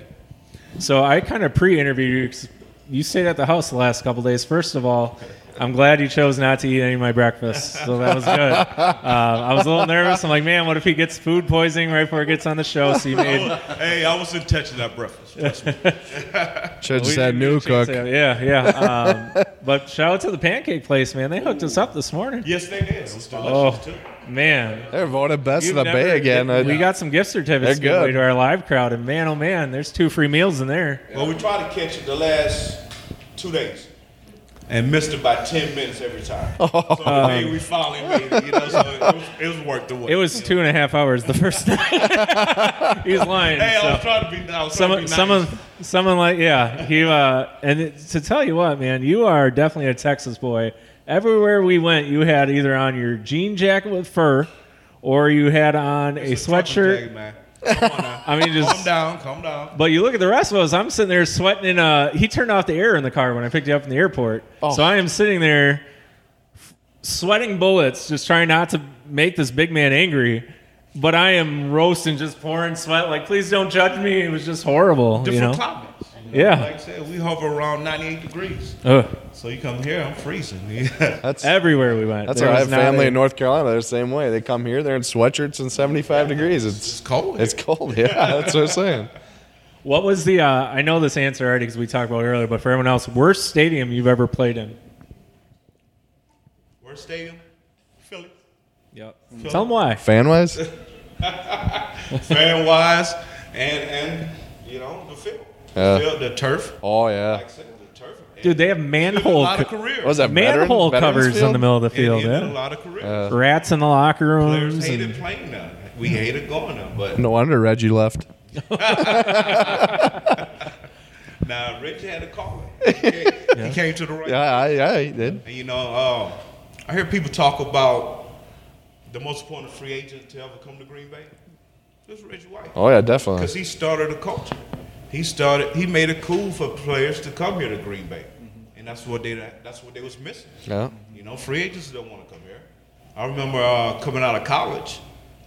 Speaker 2: So I kind of pre-interviewed you. 'cause You stayed at the house the last couple days. First of all, I'm glad you chose not to eat any of my breakfast, so that was good. Uh, I was a little nervous. I'm like, man, what if he gets food poisoning right before he gets on the show? So you made.
Speaker 11: hey, I was in touch with that breakfast. Trust me.
Speaker 4: Should've
Speaker 2: We
Speaker 4: just had
Speaker 2: didn't get a
Speaker 4: new
Speaker 2: chance
Speaker 4: cook.
Speaker 2: to- Yeah, yeah. Um, but shout out to the pancake place, man. They hooked us up this morning.
Speaker 11: yes, they did. It was
Speaker 2: Oh
Speaker 11: delicious too.
Speaker 2: man,
Speaker 4: They're voted best
Speaker 2: You've
Speaker 4: in the
Speaker 2: never-
Speaker 4: Bay again. I-
Speaker 2: We got some gift certificates
Speaker 4: They're
Speaker 2: to give away
Speaker 4: good.
Speaker 2: to our live crowd, and man, oh man, there's two free meals in there.
Speaker 11: Well, we tried to catch it the last two days and missed it by 10 minutes every time. So today we finally made it, you know, so it was, it was worth the wait.
Speaker 2: Um, It was two and a half hours the first night. He's lying.
Speaker 11: Hey, I was
Speaker 2: so.
Speaker 11: trying to be, I was trying to be
Speaker 2: Someone,
Speaker 11: nice.
Speaker 2: someone, someone like yeah. He uh, and it, to tell you what, man, you are definitely a Texas boy. Everywhere we went, you had either on your jean jacket with fur, or you had on a
Speaker 11: It's a trucker
Speaker 2: sweatshirt.
Speaker 11: jag, man. Come on now.
Speaker 2: I mean, just-
Speaker 11: Calm down, calm down.
Speaker 2: But you look at the rest of us. I'm sitting there sweating. In uh, he turned off the air in the car when I picked you up from the airport. So I am sitting there f- sweating bullets, just trying not to make this big man angry. But I am roasting, just pouring sweat. Like, please don't judge me. It was just horrible.
Speaker 11: Different
Speaker 2: you know?
Speaker 11: climates. you know.
Speaker 2: Yeah.
Speaker 11: Like I said, we hover around 98 degrees.
Speaker 2: Ugh.
Speaker 11: So you come here, I'm freezing. Yeah.
Speaker 4: that's
Speaker 2: Everywhere we went.
Speaker 4: that's
Speaker 2: there
Speaker 4: why I
Speaker 2: was
Speaker 4: have
Speaker 2: not
Speaker 4: family
Speaker 2: a-
Speaker 4: in North Carolina. They're the same way. They come here. They're in sweatshirts and 75 degrees. It's
Speaker 11: It's cold.
Speaker 4: it's cold. Yeah, that's what I'm saying.
Speaker 2: What was the? Uh, I know this answer already because we talked about it earlier. But for everyone else, worst stadium you've ever played in?
Speaker 11: Worst stadium? Philly.
Speaker 2: Yep. Tell them why.
Speaker 4: Fan wise,
Speaker 11: Fan wise and, and, you know, the field.
Speaker 4: Yeah.
Speaker 11: The, field, the turf.
Speaker 4: oh yeah,
Speaker 11: Like I said, the turf.
Speaker 2: Dude, they have
Speaker 11: It lived a
Speaker 2: manhole
Speaker 11: lot of
Speaker 2: co-
Speaker 11: careers.
Speaker 4: was that veteran-
Speaker 2: manhole
Speaker 4: veterans
Speaker 2: covers in
Speaker 4: field?
Speaker 2: the middle of the
Speaker 11: It
Speaker 2: field.
Speaker 11: ended
Speaker 2: yeah.
Speaker 11: a lot of careers.
Speaker 4: Uh,
Speaker 2: Rats in the locker
Speaker 11: Players
Speaker 2: rooms.
Speaker 11: hated
Speaker 2: and-
Speaker 11: playing now. We hated going now, but
Speaker 4: No wonder Reggie left.
Speaker 11: now Reggie had to call it. He came, he came to the right.
Speaker 4: Yeah, I, yeah, he did.
Speaker 11: And you know, um, I hear people talk about the most important free agent to ever come to Green Bay. It was Reggie White.
Speaker 4: Oh yeah, definitely.
Speaker 11: Because he started a culture. He started. He made it cool for players to come here to Green Bay, and that's what they that's what they was missing.
Speaker 4: Mm-hmm. Yeah.
Speaker 11: You know, free agents don't want to come here. I remember uh, coming out of college,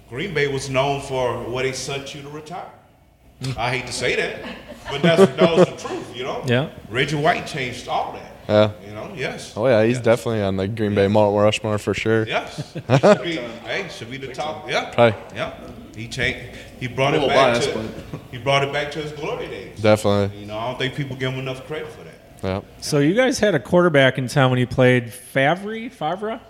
Speaker 11: Green Bay was known for where they sent you to retire. I hate to say that, but that's that was the truth. You know.
Speaker 2: Yeah.
Speaker 11: Reggie White changed all that.
Speaker 4: Yeah.
Speaker 11: You know. Yes.
Speaker 4: Oh yeah, he's definitely on the Green Bay Mount Rushmore for sure.
Speaker 11: Yes. should be, hey, should be the top. Yeah.
Speaker 4: Probably.
Speaker 11: Yeah. He changed. He brought
Speaker 3: I'm a little
Speaker 11: it back
Speaker 3: biased,
Speaker 11: to. He brought it back to his glory days.
Speaker 4: Definitely.
Speaker 11: You know, I don't think people give him enough credit for that.
Speaker 4: Yeah.
Speaker 2: So you guys had a quarterback in town when you played Favre, Favre.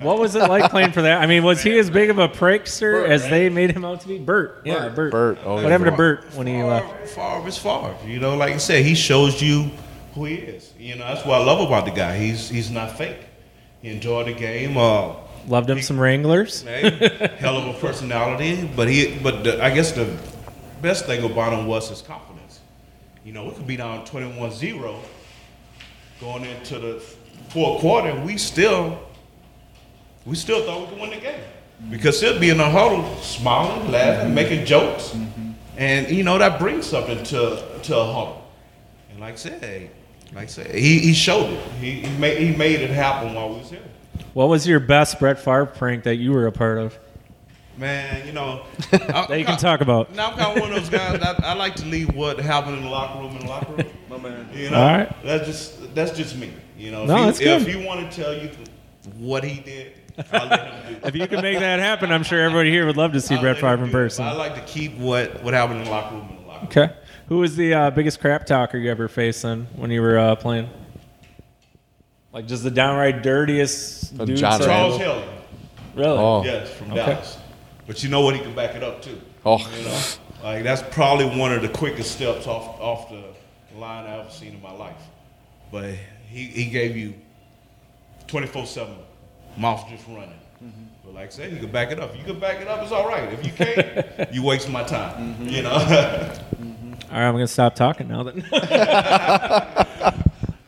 Speaker 2: What was it like playing for that? I mean, was he as big of a prankster as they made him out to be? Bert. Yeah, Bert.
Speaker 4: Bert. Oh,
Speaker 2: what
Speaker 4: yeah.
Speaker 2: happened to Bert when he uh, left?
Speaker 11: Favre, Favre is Favre. You know, like I said, he shows you who he is. You know, that's what I love about the guy. He's he's not fake. He enjoyed the game. Uh,
Speaker 2: Loved him some Wranglers.
Speaker 11: hey, hell of a personality, but he but the, I guess the best thing about him was his confidence. You know, we could be down 21-0 going into the fourth quarter, and we still we still thought we could win the game because he'll be in the huddle, smiling, laughing, making jokes, and you know that brings something to to a huddle. And like I said, hey, like I said, he, he showed it. He, he made he made it happen while we was here.
Speaker 2: What was your best Brett Favre prank that you were a part of?
Speaker 11: man, you know,
Speaker 2: That you can talk about.
Speaker 11: Now I'm kind of one of those guys. that I like to leave what happened in the locker room in the locker room. My man. You know,
Speaker 2: All right.
Speaker 11: That's just that's just me. You know,
Speaker 2: No,
Speaker 11: if,
Speaker 2: that's
Speaker 11: he,
Speaker 2: good.
Speaker 11: if he want to tell you what he did, I'll let him do.
Speaker 2: If you can make that happen, I'm sure everybody here would love to see Brett Favre in person.
Speaker 11: I like to keep what what happened in the locker room in the locker room.
Speaker 2: Okay. Who was the uh, biggest crap talker you ever faced then when you were uh, playing? Like just the downright dirtiest
Speaker 11: Uh,
Speaker 2: dude.
Speaker 11: John
Speaker 2: so-
Speaker 11: Charles Haley.
Speaker 2: Really?
Speaker 11: Yes, from
Speaker 2: Okay.
Speaker 11: Dallas. But you know what? He can back it up too.
Speaker 4: Oh.
Speaker 11: You know, like that's probably one of the quickest steps off off the line I've ever seen in my life. But he, he gave you 24/7 mouth just running. But like I said, you can back it up. If You can back it up. It's all right. If you can't, you waste my time. You know.
Speaker 2: All right, I'm gonna stop talking now. Then.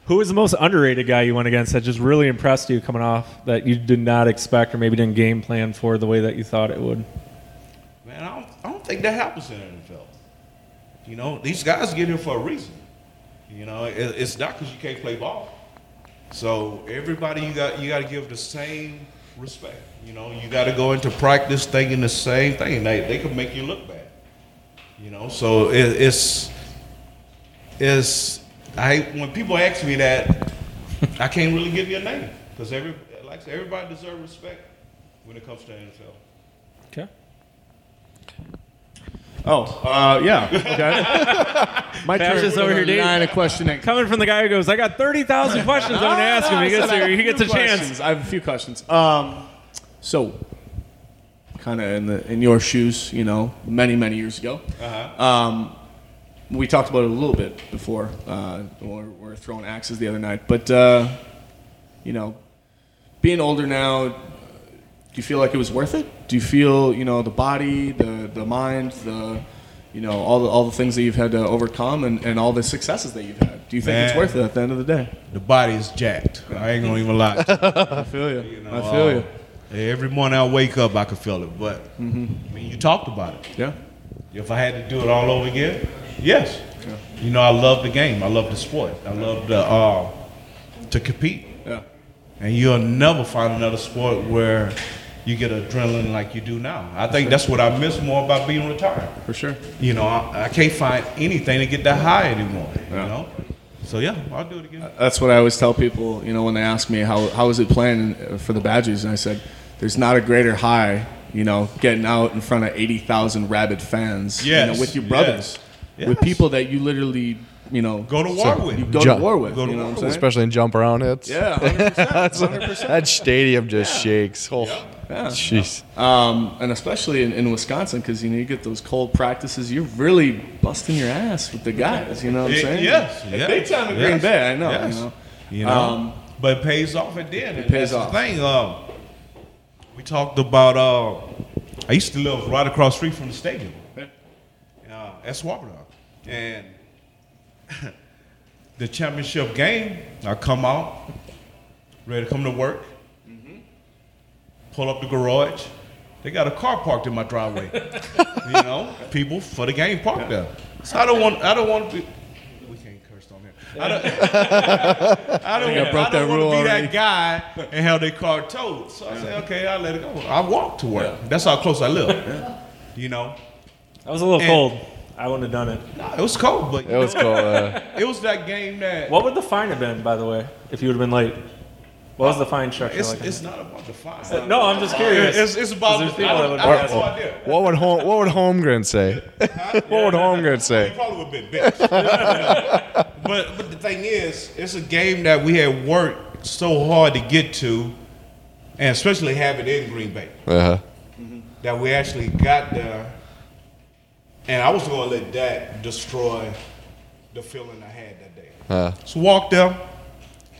Speaker 2: Who was the most underrated guy you went against that just really impressed you coming off that you did not expect or maybe didn't game plan for the way that you thought it would?
Speaker 11: Man, I don't, I don't think that happens in the NFL. You know, these guys get here for a reason. You know, it, it's not because you can't play ball. So everybody, you got you got to give the same respect. You know, you got to go into practice thinking the same thing. They they can make you look bad. You know, so it, it's it's I when people ask me that, I can't really give you a name because every like I said, everybody deserves respect when it comes to the NFL.
Speaker 3: Oh, uh, yeah. Okay.
Speaker 2: My Babs turn. is over here, dude.
Speaker 3: Nine a questioning.
Speaker 2: Coming from the guy who goes, I got 30,000 questions I'm going to ask him. He
Speaker 3: I
Speaker 2: gets,
Speaker 3: said I
Speaker 2: here,
Speaker 3: have
Speaker 2: he gets a
Speaker 3: few
Speaker 2: chance.
Speaker 3: questions. I have a few questions. Um, so, kind of in the in your shoes, you know, many many years ago.
Speaker 11: Uh-huh.
Speaker 3: Um, we talked about it a little bit before uh, when we were throwing axes the other night, but uh, you know, being older now, do you feel like it was worth it? Do you feel you know the body, the the mind, the you know all the all the things that you've had to overcome and, and all the successes that you've had? Do you think it's
Speaker 11: Man.
Speaker 3: worth it at the end of the day?
Speaker 11: The body is jacked. I ain't gonna even lie. to you.
Speaker 3: I feel you.
Speaker 11: know,
Speaker 3: I feel you.
Speaker 11: uh, Every morning I wake up, I can feel it. But
Speaker 2: Mm-hmm.
Speaker 11: I mean, you talked about it.
Speaker 3: Yeah.
Speaker 11: If I had to do it all over again, yes. You know, I love the game. I love the sport. I love the uh, to compete.
Speaker 3: Yeah.
Speaker 11: And you'll never find another sport where you get adrenaline like you do now. I think that's what I miss more about being retired.
Speaker 3: For sure.
Speaker 11: You know, I, I can't find anything to get that high anymore. You know. So yeah, I'll do it again.
Speaker 3: That's what I always tell people, you know, when they ask me how how is it playing uh, for the Badgers, and I said, "There's not a greater high, you know, getting out in front of eighty thousand rabid fans, you know,
Speaker 11: Yes,
Speaker 3: with your brothers,
Speaker 11: yes,
Speaker 3: with
Speaker 11: yes.
Speaker 3: people that you literally, you know,
Speaker 11: Go to war with.
Speaker 3: you go
Speaker 4: Jump-
Speaker 3: to war with,
Speaker 11: Go to
Speaker 3: you know
Speaker 11: war
Speaker 3: what I'm saying?
Speaker 11: with.
Speaker 4: Especially in jump around hits.
Speaker 3: Yeah, 100%,
Speaker 4: That's-
Speaker 3: 100%.
Speaker 4: that stadium just shakes. Oh,
Speaker 3: Yeah.
Speaker 4: jeez.
Speaker 3: Um, and especially in, in Wisconsin, because you know you get those cold practices. You're really busting your ass with the guys. You know what I'm
Speaker 11: Y-
Speaker 3: saying?
Speaker 11: Yes,
Speaker 3: Like,
Speaker 11: yes,
Speaker 3: big time in
Speaker 11: yes,
Speaker 3: Green Bay. I know.
Speaker 11: yes.
Speaker 3: You know,
Speaker 11: You know?
Speaker 3: Um,
Speaker 11: but it pays off at the end.
Speaker 3: it
Speaker 11: and
Speaker 3: pays
Speaker 11: that's the
Speaker 3: off.
Speaker 11: thing, um, we talked about. Uh, I used to live right across the street from the stadium, uh, at Swamperdog, and the championship game. I come out ready to come to work.
Speaker 3: Mm-hmm.
Speaker 11: Pull up the garage. They got a car parked in my driveway. you know, people for the game parked there. So I don't want. I don't want to be. We can't curse on here. I don't. I don't,
Speaker 3: I think I broke
Speaker 11: I don't
Speaker 3: that rule
Speaker 11: want to be
Speaker 3: already.
Speaker 11: that guy and have their car towed. So I said, okay, I let it go. I walk to work. That's how close I live. You know,
Speaker 2: That was a little
Speaker 11: And-
Speaker 2: cold. I wouldn't have done it.
Speaker 11: it was cold, but
Speaker 4: It was cold. Uh,
Speaker 11: it was that game that
Speaker 2: What would the fine have been, by the way, if you would have been late? What was the fine structure
Speaker 11: it's,
Speaker 2: like?
Speaker 11: it's not about the fine.
Speaker 2: Uh, no, I'm just curious.
Speaker 11: It's, it's about
Speaker 2: Is
Speaker 11: the
Speaker 2: there people that would-
Speaker 11: I,
Speaker 2: "Oh,
Speaker 11: I, I have no idea.
Speaker 4: what would home, What would Holmgren say? what would Holmgren say?
Speaker 11: Probably would have been bitch. but but the thing is, it's a game that we had worked so hard to get to, and especially have it in Green Bay.
Speaker 4: Uh-huh.
Speaker 11: that we actually got there, and I was going to let that destroy the feeling I had that day.
Speaker 4: Uh,
Speaker 11: So walked there,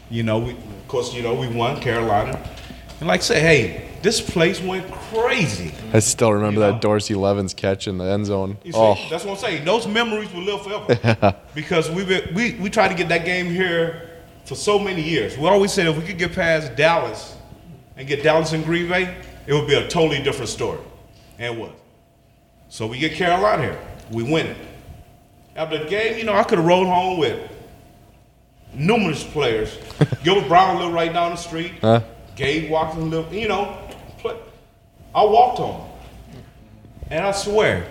Speaker 11: you know. We, of course, you know we won Carolina, and like I said, hey, this place went crazy.
Speaker 4: I still remember that Dorsey Levens catch in the end zone.
Speaker 11: You see,
Speaker 4: Oh,
Speaker 11: that's what I'm saying. Those memories will live forever because we been, we we tried to get that game here for so many years. We always said if we could get past Dallas and get Dallas and Green Bay, it would be a totally different story, and it was. So we get Carolina here, we win it. After the game, you know, I could have rode home with numerous players. Gilbert Brown lived right down the street.
Speaker 4: Huh?
Speaker 11: Gabe Watkins lived, you know. Play. I walked home. And I swear,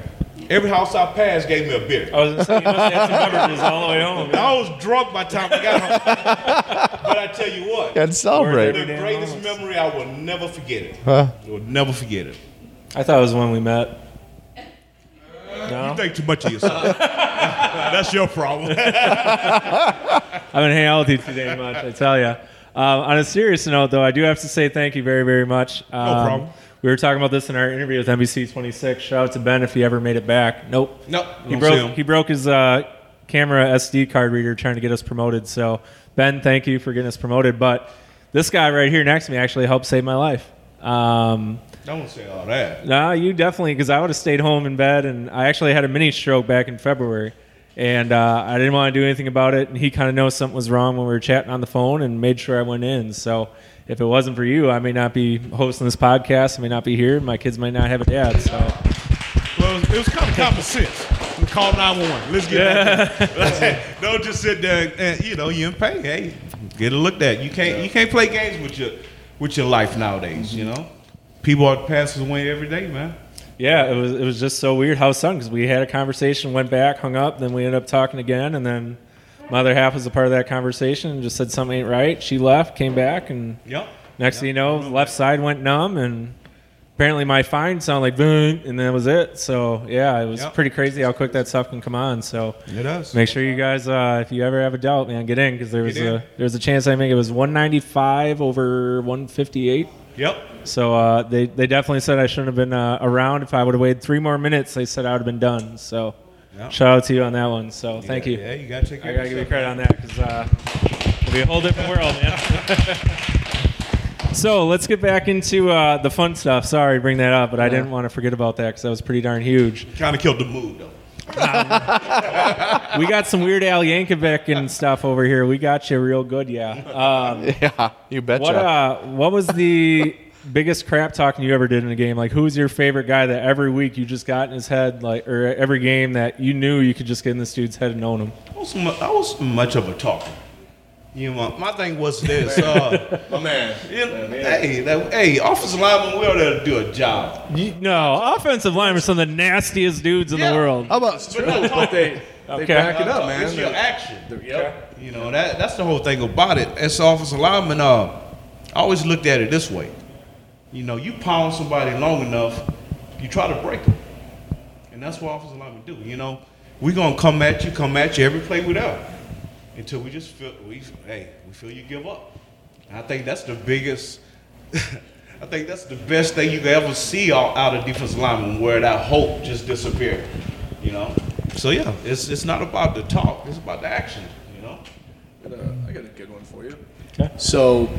Speaker 11: every house I passed gave me a beer. I
Speaker 10: was
Speaker 11: saying,
Speaker 10: you must have had some beverages all the way home.
Speaker 11: I was drunk by the time I got home. but I tell you what,
Speaker 4: Gotta celebrate.
Speaker 11: The greatest memory I will never forget it.
Speaker 4: Huh?
Speaker 11: You'll never forget it.
Speaker 10: I thought it was when we met.
Speaker 11: You think too much of yourself. That's your problem.
Speaker 2: I've been hanging out with you today much, I tell you. Um, on a serious note, though, I do have to say thank you very, very much. Um,
Speaker 11: problem.
Speaker 2: We were talking about this in our interview with NBC 26. Shout out to Ben if he ever made it back. Nope.
Speaker 11: Nope.
Speaker 2: He
Speaker 11: Don't see him.
Speaker 2: broke. He broke his uh, camera SD card reader trying to get us promoted. So Ben, thank you for getting us promoted. But this guy right here next to me actually helped save my life. Um,
Speaker 11: Don't say all that.
Speaker 2: no, you definitely, because I would have stayed home in bed, and I actually had a mini stroke back in February, and uh, I didn't want to do anything about it. And he kind of knows something was wrong when we were chatting on the phone, and made sure I went in. So if it wasn't for you, I may not be hosting this podcast. I may not be here. My kids might not have a dad. So
Speaker 11: Well, it was, it was common common sense. We call 911. Let's get back there. Don't just sit there and, and, you know you in pain. Hey, get it looked at. You can't you can't play games with your with your life nowadays. You know, people are passing away every day, man.
Speaker 2: yeah, it was it was just so weird how sudden because we had a conversation, went back, hung up, then we ended up talking again, and then my other half was a part of that conversation and just said something ain't right. She left, came back, and
Speaker 11: Yep.
Speaker 2: Next thing you know, left side went numb, and apparently my fine sounded like boom, and that was it. So yeah, it was
Speaker 11: Yep.
Speaker 2: pretty crazy how quick that stuff can come on. So
Speaker 11: It does.
Speaker 2: Make sure you guys, uh, if you ever have a doubt, man, get in because there was
Speaker 11: Get in.
Speaker 2: a there was a chance I think it was 195 over 158.
Speaker 11: Yep.
Speaker 2: So uh, they they definitely said I shouldn't have been uh, around. If I would have waited three more minutes, they said I would have been done. So.
Speaker 11: Yep.
Speaker 2: Shout out to you on that one. So thank you.
Speaker 11: Yeah, you gotta take care.
Speaker 2: I gotta give you credit on that because uh, it'll be a whole different world, man. so let's get back into uh, the fun stuff. Sorry to bring that up, but I didn't want to forget about that because that was pretty darn huge.
Speaker 11: Kind of killed the mood though.
Speaker 2: we got some weird Al Yankovic and stuff over here. We got you real good, yeah. Um,
Speaker 4: yeah, you betcha.
Speaker 2: What uh, what was the biggest crap talking you ever did in a game? Like, who was your favorite guy that every week you just got in his head, like, or every game that you knew you could just get in this dude's head and own him?
Speaker 11: I was, mu- I was much of a talker. You know, my thing was this. Uh, my man. You know, hey, that, hey, offensive lineman, we ought to do a job.
Speaker 2: You, no, offensive linemen are some of the nastiest dudes in the world.
Speaker 11: How about
Speaker 2: true, but they- they back it up, man.
Speaker 11: It's your action. You know that that's the whole thing about it. As an offensive lineman, uh, I always looked at it this way. You know, you pound somebody long enough, you try to break them, and that's what offensive linemen do. You know, we're gonna come at you, come at you every play without until we just feel we hey we feel you give up. And I think that's the biggest. I think that's the best thing you can ever see out out of defensive lineman where that hope just disappeared. You know. So yeah, it's it's not about the talk, it's about the action. You know.
Speaker 12: I got a good one for you. So,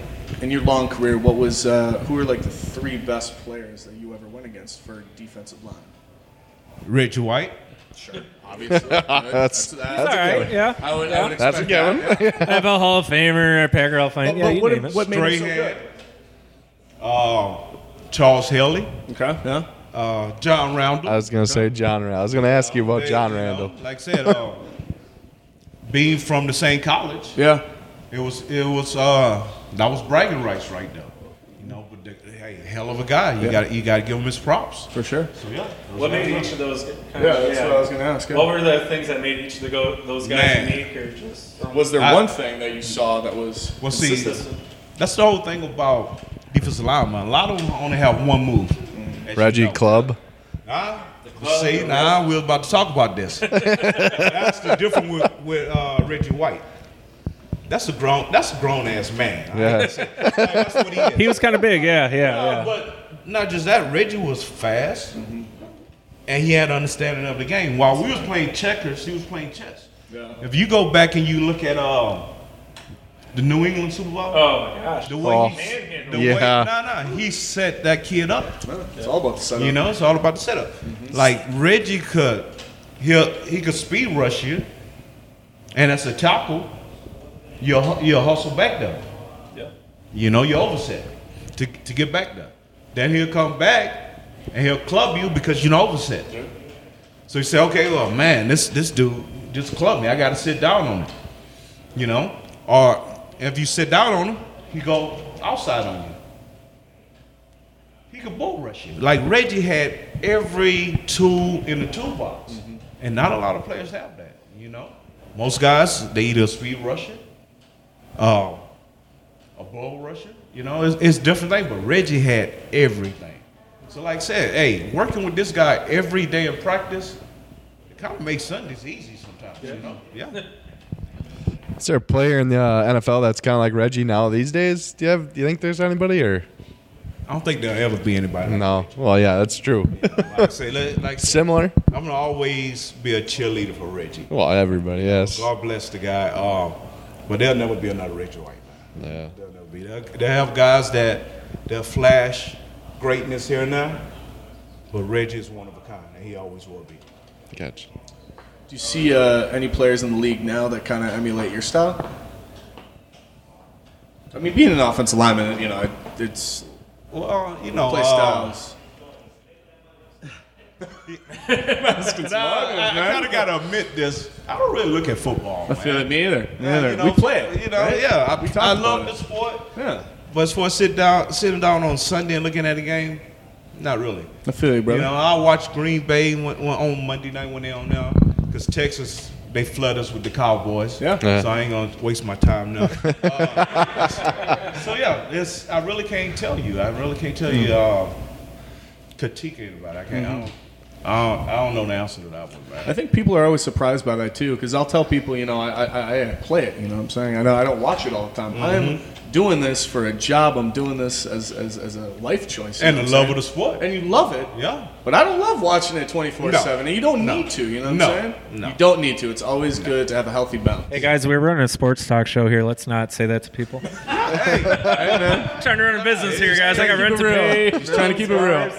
Speaker 12: in your long career, what was uh, who were like the three best players that you ever went against for defensive line?
Speaker 11: Richard White.
Speaker 12: Sure, obviously.
Speaker 4: That's-
Speaker 2: All right, yeah.
Speaker 12: I would, I
Speaker 2: Yeah.
Speaker 12: would expect that, yeah.
Speaker 2: NFL Hall of Famer, Packer Hall of Fame.
Speaker 12: But-
Speaker 2: yeah,
Speaker 12: but
Speaker 2: you
Speaker 12: what-
Speaker 2: name it.
Speaker 12: what made him so
Speaker 11: Strahan.
Speaker 12: good?
Speaker 11: Uh, Charles Haley.
Speaker 12: Okay. Yeah.
Speaker 11: Uh, John Roundell.
Speaker 4: I was gonna say John Randall. I was gonna ask you about John Randall.
Speaker 11: Like I said, uh, being from the same college.
Speaker 12: Yeah.
Speaker 11: It was it was uh that was bragging rights right there. You know, but the, hey, hell of a guy. You
Speaker 12: Yeah.
Speaker 11: got got you got to give him his props.
Speaker 12: For sure.
Speaker 11: So yeah.
Speaker 2: What made each of those? Kind
Speaker 12: Yeah, that's what I was gonna ask, yeah.
Speaker 2: What were the things that made each of the go, those guys
Speaker 11: Man.
Speaker 2: unique, or just
Speaker 12: Was there
Speaker 11: I-
Speaker 12: one thing that you saw that was
Speaker 11: Well, see,
Speaker 12: consistent?
Speaker 11: that's the whole thing about defensive linemen. A lot of them only have one move. As you
Speaker 4: Reggie
Speaker 11: know.
Speaker 4: Club.
Speaker 11: Nah, see, nah, we're about to talk about this. that's the difference with, with uh, Reggie White. That's a grown, that's a grown ass man. I hate to say it. Like, that's what he is.
Speaker 2: He was kind of big. Yeah,
Speaker 11: No,
Speaker 2: yeah, yeah.
Speaker 11: But not just that, Reggie was fast, and he had understanding of the game. While we was playing checkers, he was playing chess. If you go back and you look at um, the New England Super Bowl,
Speaker 2: Oh my gosh.
Speaker 11: the way
Speaker 4: Oh.
Speaker 11: he, the
Speaker 4: Yeah.
Speaker 11: way, nah, nah, he set that kid up.
Speaker 12: It's all about the setup.
Speaker 11: You know, it's all about the setup. Like Reggie could, he he could speed rush you, and as a tackle, you'll hu- you'll hustle back there.
Speaker 2: Yeah.
Speaker 11: You know, you overset to to get back there. Then he'll come back and he'll club you because you know overset. So you say, okay, well, man, this this dude just clubbed me. I got to sit down on him. You know, or if you sit down on him, he go outside on you. He could bull rush you. Like Reggie had
Speaker 7: every tool in the toolbox. And not a lot of players have that, you know? Most guys, they either speed rush it, uh, a blow rusher. You know, it's, it's different thing, but Reggie had everything. So, like I said, hey, working with this guy every day in practice, it kind of makes Sundays easy sometimes, you know? Yeah.
Speaker 4: Is there a player in the uh, NFL that's kind of like Reggie now these days? Do you have? Do you think there's anybody or?
Speaker 7: I don't think there'll ever be anybody.
Speaker 4: No. Well, yeah, that's true.
Speaker 7: Like I say, like- like I said,
Speaker 4: Similar.
Speaker 7: I'm gonna always be a cheerleader for Reggie.
Speaker 4: Well, everybody. Yes.
Speaker 7: God bless the guy. Um, but there'll never be another Reggie White.
Speaker 4: Yeah.
Speaker 7: They'll never be. They'll, they'll have guys that they'll flash greatness here and there, but Reggie is one of a kind, and he always will be.
Speaker 4: Catch.
Speaker 3: Do you see uh, any players in the league now that kind of emulate your style? I mean, being an offensive lineman, you know, it, it's
Speaker 7: well, you know,
Speaker 3: play
Speaker 7: uh,
Speaker 3: styles.
Speaker 7: I, kind of gotta admit this. I don't really look at football.
Speaker 3: I feel it. Me either. Me either.
Speaker 7: you know,
Speaker 3: we play it.
Speaker 7: You know,
Speaker 3: right?
Speaker 7: yeah.
Speaker 3: We talk
Speaker 7: I, I
Speaker 3: about
Speaker 7: love
Speaker 3: it.
Speaker 7: the sport.
Speaker 3: Yeah.
Speaker 7: But as far as sit down, sitting down on Sunday and looking at the game, not really.
Speaker 3: I feel you, brother.
Speaker 7: You know, I watch Green Bay when, when, on Monday night when they're on now because Texas they flood us with the Cowboys. Yeah.
Speaker 4: Yeah.
Speaker 7: So I ain't gonna waste my time now. Uh, so yeah, it's I really can't tell you. I really can't tell you. Uh, critique anybody. I can't. I, don't,
Speaker 3: Mm-hmm.
Speaker 7: I don't. I don't know the answer to that one, man.
Speaker 3: I think people are always surprised by that too, because I'll tell people, you know, I, I, I play it. You know what I'm saying? I know I don't watch it all the time.
Speaker 7: Mhm.
Speaker 3: I'm doing this for a job. I'm doing this as, as, as a life choice. you
Speaker 7: And
Speaker 3: know
Speaker 7: the
Speaker 3: what I'm
Speaker 7: love of the sport.
Speaker 3: And you love it.
Speaker 7: Yeah.
Speaker 3: But I don't love watching it 24 7. And you don't
Speaker 7: No.
Speaker 3: need to. You know what
Speaker 7: No.
Speaker 3: I'm saying?
Speaker 7: No.
Speaker 3: You don't need to. It's always good to have a healthy balance.
Speaker 2: Hey guys, we're running a sports talk show here. Let's not say that to people.
Speaker 13: Trying to run a business here, guys. I got rent to pay.
Speaker 3: He's trying to keep it real.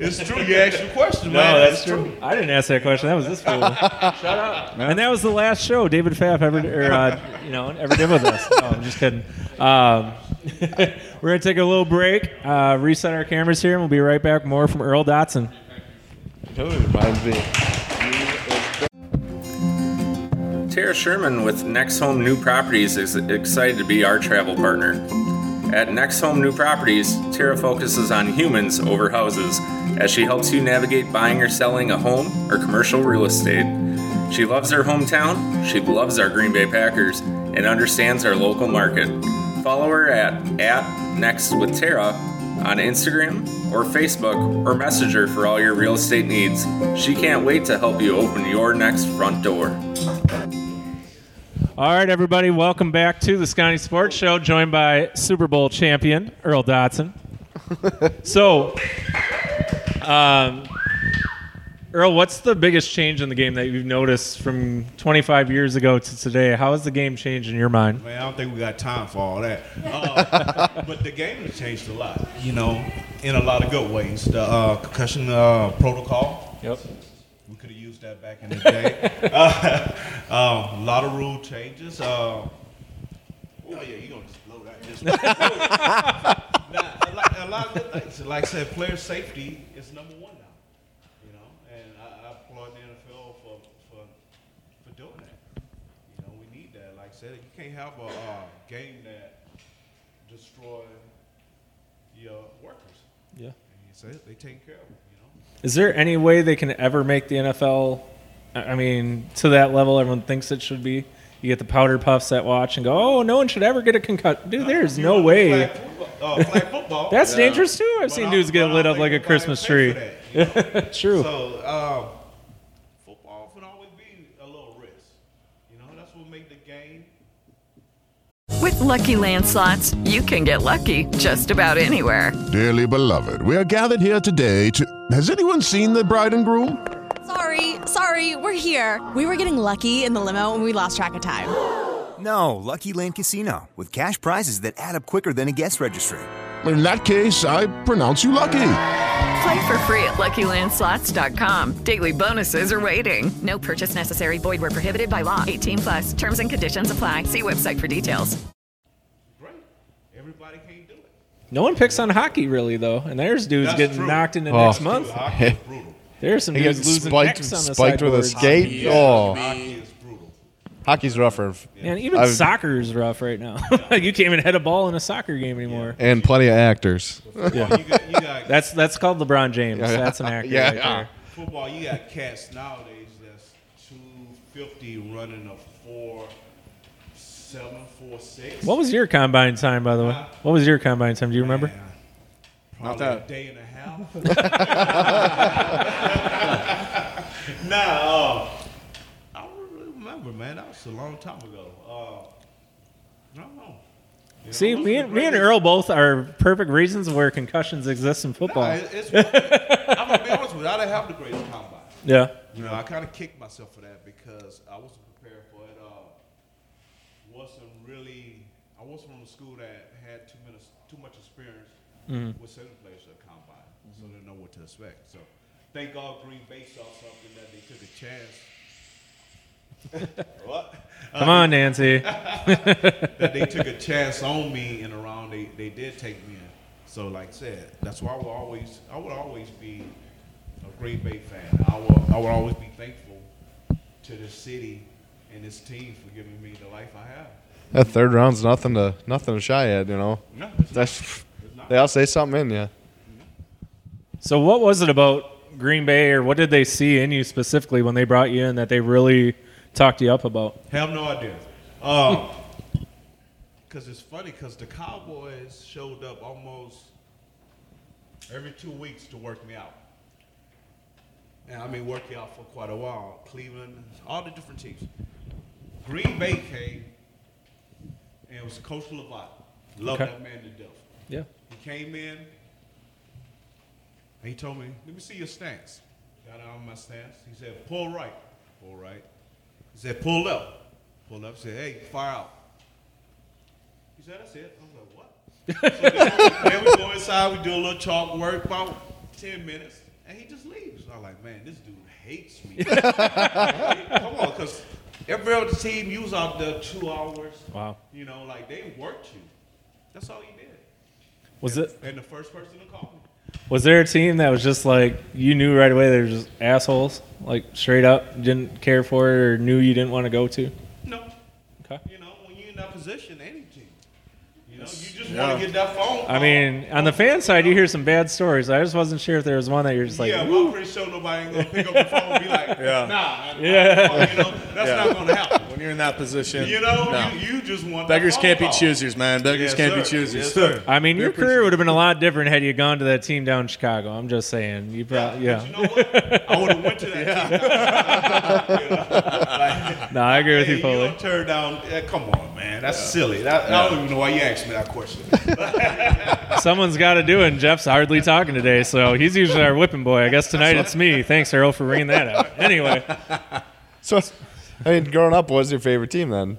Speaker 7: It's true. You asked your question,
Speaker 2: No,
Speaker 7: man.
Speaker 2: that's
Speaker 7: It's true.
Speaker 2: I didn't ask that question. That was this fool. Shut up. And that was the last show David Pfaff ever, er, uh, you know, ever did with us. No, I'm just kidding. Um, we're gonna take a little break, uh, reset our cameras here, and we'll be right back. More from Earl Dotson.
Speaker 4: Reminds me.
Speaker 1: Tara Sherman with Next Home New Properties is excited to be our travel partner. At Next Home New Properties, Tara focuses on humans over houses as she helps you navigate buying or selling a home or commercial real estate. She loves her hometown, she loves our Green Bay Packers, and understands our local market. Follow her at, at Next with Tara on Instagram or Facebook or message her for all your real estate needs. She can't wait to help you open your next front door.
Speaker 2: All right, everybody, welcome back to the Scotty Sports Show, joined by Super Bowl champion Earl Dotson. so, um, Earl, what's the biggest change in the game that you've noticed from 25 years ago to today? How has the game changed in your mind?
Speaker 7: Man, I don't think we got time for all that. Uh, but the game has changed a lot, you know, in a lot of good ways. The uh, concussion uh, protocol.
Speaker 2: Yep.
Speaker 7: We could have used that back in the day. Uh, uh, a lot of rule changes. Uh, oh yeah, you're gonna just blow that. Just now, a, lot, a lot of good things. Like I said, player safety is number one now. You know, and I, I applaud the NFL for, for for doing that. You know, we need that. Like I said, you can't have a uh, game that destroy your workers.
Speaker 2: Yeah.
Speaker 7: And you say they take care of them. You know.
Speaker 2: Is there any way they can ever make the NFL, I I mean, to that level everyone thinks it should be? You get the powder puffs that watch and go, oh, no one should ever get a concussion. Dude, there's no way.
Speaker 7: Oh,
Speaker 2: That's dangerous too. I've seen dudes get lit up like a Christmas tree. True.
Speaker 7: So um, football can always be a little risk. You know, that's what make the game.
Speaker 6: With Lucky Land slots, you can get lucky just about anywhere.
Speaker 14: Dearly beloved, we are gathered here today to. Has anyone seen the bride and groom?
Speaker 15: Sorry, sorry, we're here. We were getting lucky in the limo and we lost track of time.
Speaker 16: No, Lucky Land Casino, with cash prizes that add up quicker than a guest registry.
Speaker 14: In that case, I pronounce you lucky.
Speaker 6: Play for free at LuckyLandSlots.com. Daily bonuses are waiting. No purchase necessary. Void were prohibited by law. 18 plus. Terms and conditions apply. See website for details.
Speaker 7: Everybody can't do it.
Speaker 2: No one picks on hockey really though, and there's dudes
Speaker 7: That's
Speaker 2: getting
Speaker 7: true.
Speaker 2: knocked into
Speaker 4: Oh.
Speaker 2: next month. There's some
Speaker 4: They
Speaker 2: dudes
Speaker 4: get
Speaker 2: losing
Speaker 4: spiked-
Speaker 2: necks on the
Speaker 4: spiked with a
Speaker 2: sideboards.
Speaker 4: skate? Yeah. Oh. Hockey's rougher.
Speaker 2: And even
Speaker 4: I've-
Speaker 2: soccer is rough right now. you can't even head a ball in a soccer game anymore.
Speaker 4: And plenty of actors.
Speaker 2: Yeah.
Speaker 11: you got
Speaker 2: That's that's called LeBron James.
Speaker 11: Yeah.
Speaker 2: That's an actor
Speaker 11: Yeah.
Speaker 2: right there.
Speaker 11: Football, you got cats nowadays that's 250 running a 4 7 4 6.
Speaker 2: What was your combine time, by the way? What was your combine time? Do you remember?
Speaker 11: Probably a day and a half. nah, uh, I don't really remember, man. That was a long time ago. Uh, I don't know.
Speaker 2: See, me and, me and Earl both are perfect reasons where concussions exist in football.
Speaker 11: Nah, it- it's, I'm gonna be honest with you. I didn't have the greatest combine.
Speaker 2: Yeah.
Speaker 11: You know, I kind of kicked myself for that because I wasn't prepared for it. Uh, wasn't really. I wasn't from a school that had too many, too much experience
Speaker 2: Mhm.
Speaker 11: with certain players at combine, so they know what to expect. So, thank God Green Bay saw something that they took a chance. what?
Speaker 2: Come on, Nancy.
Speaker 11: that they took a chance on me in a round they, they did take me in. So like I said, that's why I will always I would always be a Green Bay fan. I will I will always be thankful to this city and this team for giving me the life I have.
Speaker 4: That third round's nothing to nothing to shy at, you know.
Speaker 11: No,
Speaker 4: That's, they all say something in you.
Speaker 2: So, what was it about Green Bay, or what did they see in you specifically when they brought you in that they really talked you up about?
Speaker 11: Have no idea. Um, because it's funny because the Cowboys showed up almost every two weeks to work me out. And I mean, work you out for quite a while. Cleveland, all the different teams. Green Bay came, and it was Coach Levant. Love
Speaker 2: Okay.
Speaker 11: that man to death.
Speaker 2: Yeah.
Speaker 11: He came in, and he told me, let me see your stance. Got out of my stance. He said, pull right. Pull right. He said, pull left. Pull up, said, hey, fire out. He said, that's it. I'm like, what? so then, then we go inside, we do a little chalk work, about 10 minutes, and he just leaves. I'm like, man, this dude hates me. Come on, because every other team, you was out there two hours.
Speaker 2: Wow.
Speaker 11: You know, like, they worked you. That's all he did.
Speaker 2: Was
Speaker 11: and,
Speaker 2: it-
Speaker 11: And the first person to call me.
Speaker 2: Was there a team that was just like you knew right away they were just assholes, like straight up didn't care for it, or knew you didn't want to go to?
Speaker 11: No. You know, when you're in that position, any team. You know, you just
Speaker 2: Yeah.
Speaker 11: want to get that phone
Speaker 2: I mean, on the fan side, you hear some bad stories. I just wasn't sure if there was one that you're just like,
Speaker 11: yeah, well, I'm pretty sure nobody ain't gonna pick up the phone and be like,
Speaker 2: Yeah.
Speaker 11: nah,
Speaker 2: Yeah.
Speaker 11: yeah. you know, that's
Speaker 2: Yeah.
Speaker 11: not gonna happen.
Speaker 12: When you're in that position,
Speaker 11: you know,
Speaker 12: no.
Speaker 11: you, you just want
Speaker 12: Beggars
Speaker 11: that phone
Speaker 12: can't be
Speaker 11: call.
Speaker 12: choosers, man. Beggars
Speaker 11: Yes,
Speaker 12: can't be
Speaker 11: sir.
Speaker 12: choosers.
Speaker 11: Yes, sir.
Speaker 2: I mean,
Speaker 11: We
Speaker 2: your
Speaker 11: appreciate
Speaker 2: career would have been a lot different had you gone to that team down in Chicago. I'm just saying, you probably yeah.
Speaker 11: I would have went to that. team. Like,
Speaker 2: no, I agree with
Speaker 11: hey,
Speaker 2: you, Foley.
Speaker 11: don't turn down. yeah, come on, man. That's
Speaker 2: Yeah.
Speaker 11: silly. That, I don't
Speaker 2: Yeah.
Speaker 11: even know why you asked me that question.
Speaker 2: Someone's got to do it, and Jeff's hardly talking today, so he's usually our whipping boy. I guess tonight it's me. Thanks, Errol, for ringing that out. Anyway,
Speaker 4: So, I mean, growing up, what was your favorite team then?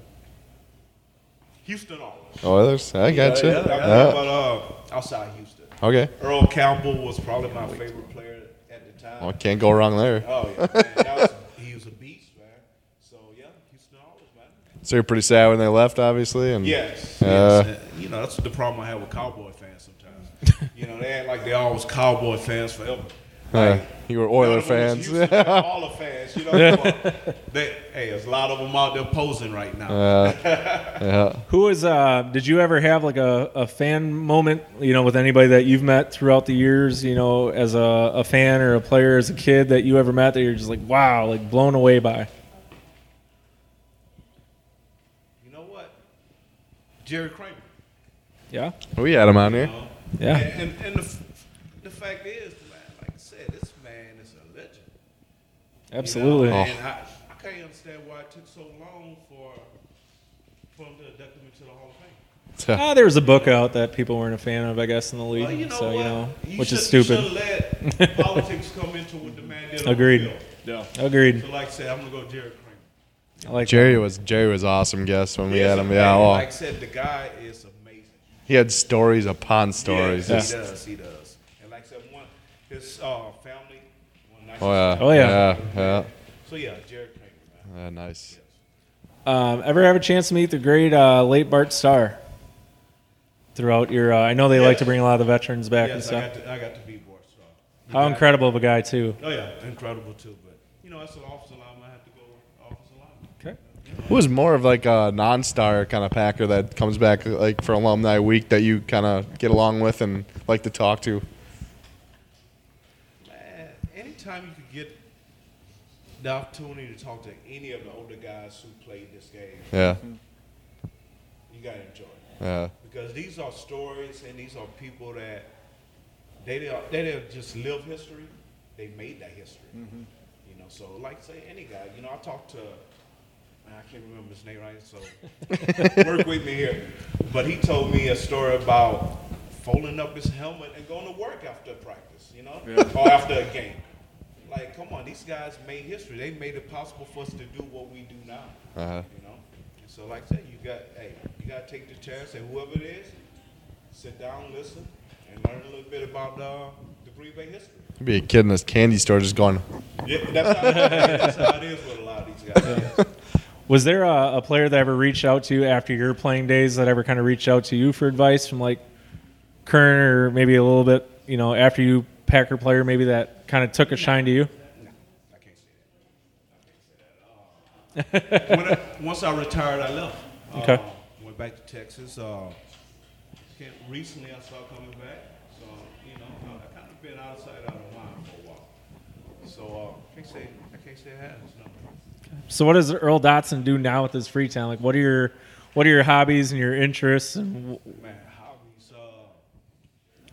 Speaker 11: Houston all.
Speaker 4: Oilers. I gotcha.
Speaker 11: Yeah, yeah,
Speaker 4: Yeah.
Speaker 11: But uh, outside Houston.
Speaker 4: Okay.
Speaker 11: Earl Campbell was probably my favorite player at the time.
Speaker 4: Well, can't go wrong there.
Speaker 11: Oh yeah, man. That was, he was a beast, man. So yeah, Houston always, man.
Speaker 4: So you're pretty sad when they left, obviously. And
Speaker 11: Yes.
Speaker 4: Uh,
Speaker 11: yes. And, You know, that's the problem I have with Cowboy fans sometimes. you know, they act like they always Cowboy fans forever.
Speaker 4: uh, you were Oiler fans.
Speaker 11: Houston, man, all the fans, you know. come on. They, hey, there's a lot of them out there posing right now.
Speaker 2: Who is? Uh, did you ever have like a, a fan moment? You know, with anybody that you've met throughout the years? You know, as a, a fan or a player, as a kid that you ever met that you're just like, wow, like blown away by.
Speaker 11: You know what? Jerry Kramer.
Speaker 2: Yeah.
Speaker 4: Uh, We had him on here.
Speaker 2: Yeah.
Speaker 11: And, and, and the, f- the fact is, man, like I said, this man is a legend. You know,
Speaker 2: Absolutely.
Speaker 11: and I, I can't understand why it took so long for, for him to induct him into the Hall of Fame.
Speaker 2: Ah, there was a book out that people weren't a fan of, I guess, in the league.
Speaker 11: Well, you know
Speaker 2: so you
Speaker 11: what?
Speaker 2: know,
Speaker 11: You
Speaker 2: which is
Speaker 11: should- you
Speaker 2: stupid.
Speaker 11: should've let politics come into what the man did on the
Speaker 2: Agreed.
Speaker 11: field.
Speaker 2: Agreed.
Speaker 11: So, like I said, I'm going to go with Jerry Kramer.
Speaker 2: I like
Speaker 4: Jerry was Jerry was awesome guest when we
Speaker 11: He is
Speaker 4: had him.
Speaker 11: amazing.
Speaker 4: Yeah, well,
Speaker 11: Like I said, the guy is amazing.
Speaker 4: he had stories upon stories.
Speaker 11: Yes,
Speaker 4: Just-
Speaker 11: he does. He does. And like I said, one, his uh, family. One nice
Speaker 4: Oh yeah.
Speaker 2: Oh, yeah.
Speaker 4: Yeah.
Speaker 11: So yeah, Jared Kramer.
Speaker 4: yeah. Yeah, nice.
Speaker 2: Um, ever have a chance to meet the great uh, late Bart Starr? Throughout your, uh, I know they like to bring a lot of the veterans back and
Speaker 11: Yes, I
Speaker 2: stuff.
Speaker 11: got to, I got to be Bart Starr. The
Speaker 2: How
Speaker 11: guy-
Speaker 2: incredible of a guy too.
Speaker 11: Oh yeah, incredible too. But you know, that's an officer line. I have to go officer line.
Speaker 2: Okay.
Speaker 4: Who was more of like a non-star kind of Packer that comes back like for alumni week that you kind of get along with and like to talk to?
Speaker 11: anytime you could get the opportunity to talk to any of the older guys who played this game,
Speaker 4: Yeah.
Speaker 11: you gotta enjoy it.
Speaker 4: Yeah.
Speaker 11: Because these are stories and these are people that they don't- they didn't just live history; they made that history.
Speaker 12: Mhm.
Speaker 11: You know, so like say any guy, you know, I talked to. man, I can't remember his name right, so work with me here. But he told me a story about folding up his helmet and going to work after practice, you know,
Speaker 12: Yeah.
Speaker 11: or after a game. Like, come on, these guys made history. They made it possible for us to do what we do now.
Speaker 4: Uh-huh.
Speaker 11: You know, and so like I said, you got hey, you got to take the chance, and whoever it is, sit down, listen, and learn a little bit about uh, the Green Bay history.
Speaker 4: You'd be a kid in this candy store just going.
Speaker 11: Yeah, that's how, that's how it is with a lot of these guys.
Speaker 2: Was there a, a player that ever reached out to you after your playing days that ever kind of reached out to you for advice from like current or maybe a little bit, you know, after you Packer player maybe that kind of took a shine to you?
Speaker 11: when I, once I retired, I left.
Speaker 2: Okay.
Speaker 11: Uh, went back to Texas. Uh, came- recently, I started coming back. So, you know, I, I kind of been outside out of mind for a while. So, uh, can't say, I can't say it has, no.
Speaker 2: So what does Earl Dotson do now with his free time? Like what are your what are your hobbies and your interests? And wh-
Speaker 11: Man, hobbies, uh,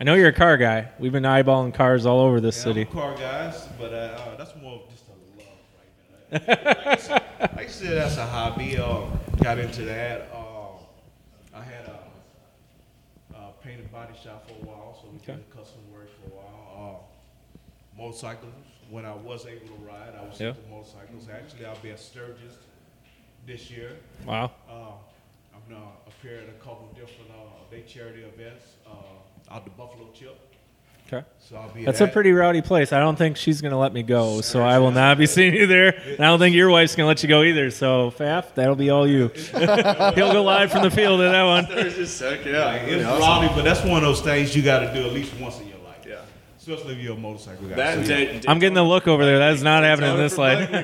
Speaker 2: I know you're a car guy. We've been eyeballing cars all over this
Speaker 11: I'm a
Speaker 2: city.
Speaker 11: car guys, but uh, uh, that's more of just a love right now. like, I said, like I said, that's a hobby. Uh, got into that. Uh, I had a, a painted body shop for a while, so we did custom work for a while. Uh, motorcycles. When I was able to ride, I was
Speaker 2: Yeah.
Speaker 11: into motorcycles. Actually, I'll be at Sturgis this year.
Speaker 2: Wow.
Speaker 11: Uh, I'm gonna appear at a couple different uh, day charity events uh, out the Buffalo Chip.
Speaker 2: Okay.
Speaker 11: So I'll be
Speaker 2: That's a
Speaker 11: at-
Speaker 2: pretty rowdy place. I don't think she's gonna let me go, so I will not be seeing you there. And I don't think your wife's gonna let you go either. So Faf, that'll be all you. He'll go live from the field in that one.
Speaker 11: Like, it's rowdy, but that's one of those things you got to do at least once in your life. Yeah. Especially if you're a motorcycle guy.
Speaker 2: That
Speaker 11: So,
Speaker 2: and I'm getting the look over there. That is not happening in this life.
Speaker 11: No,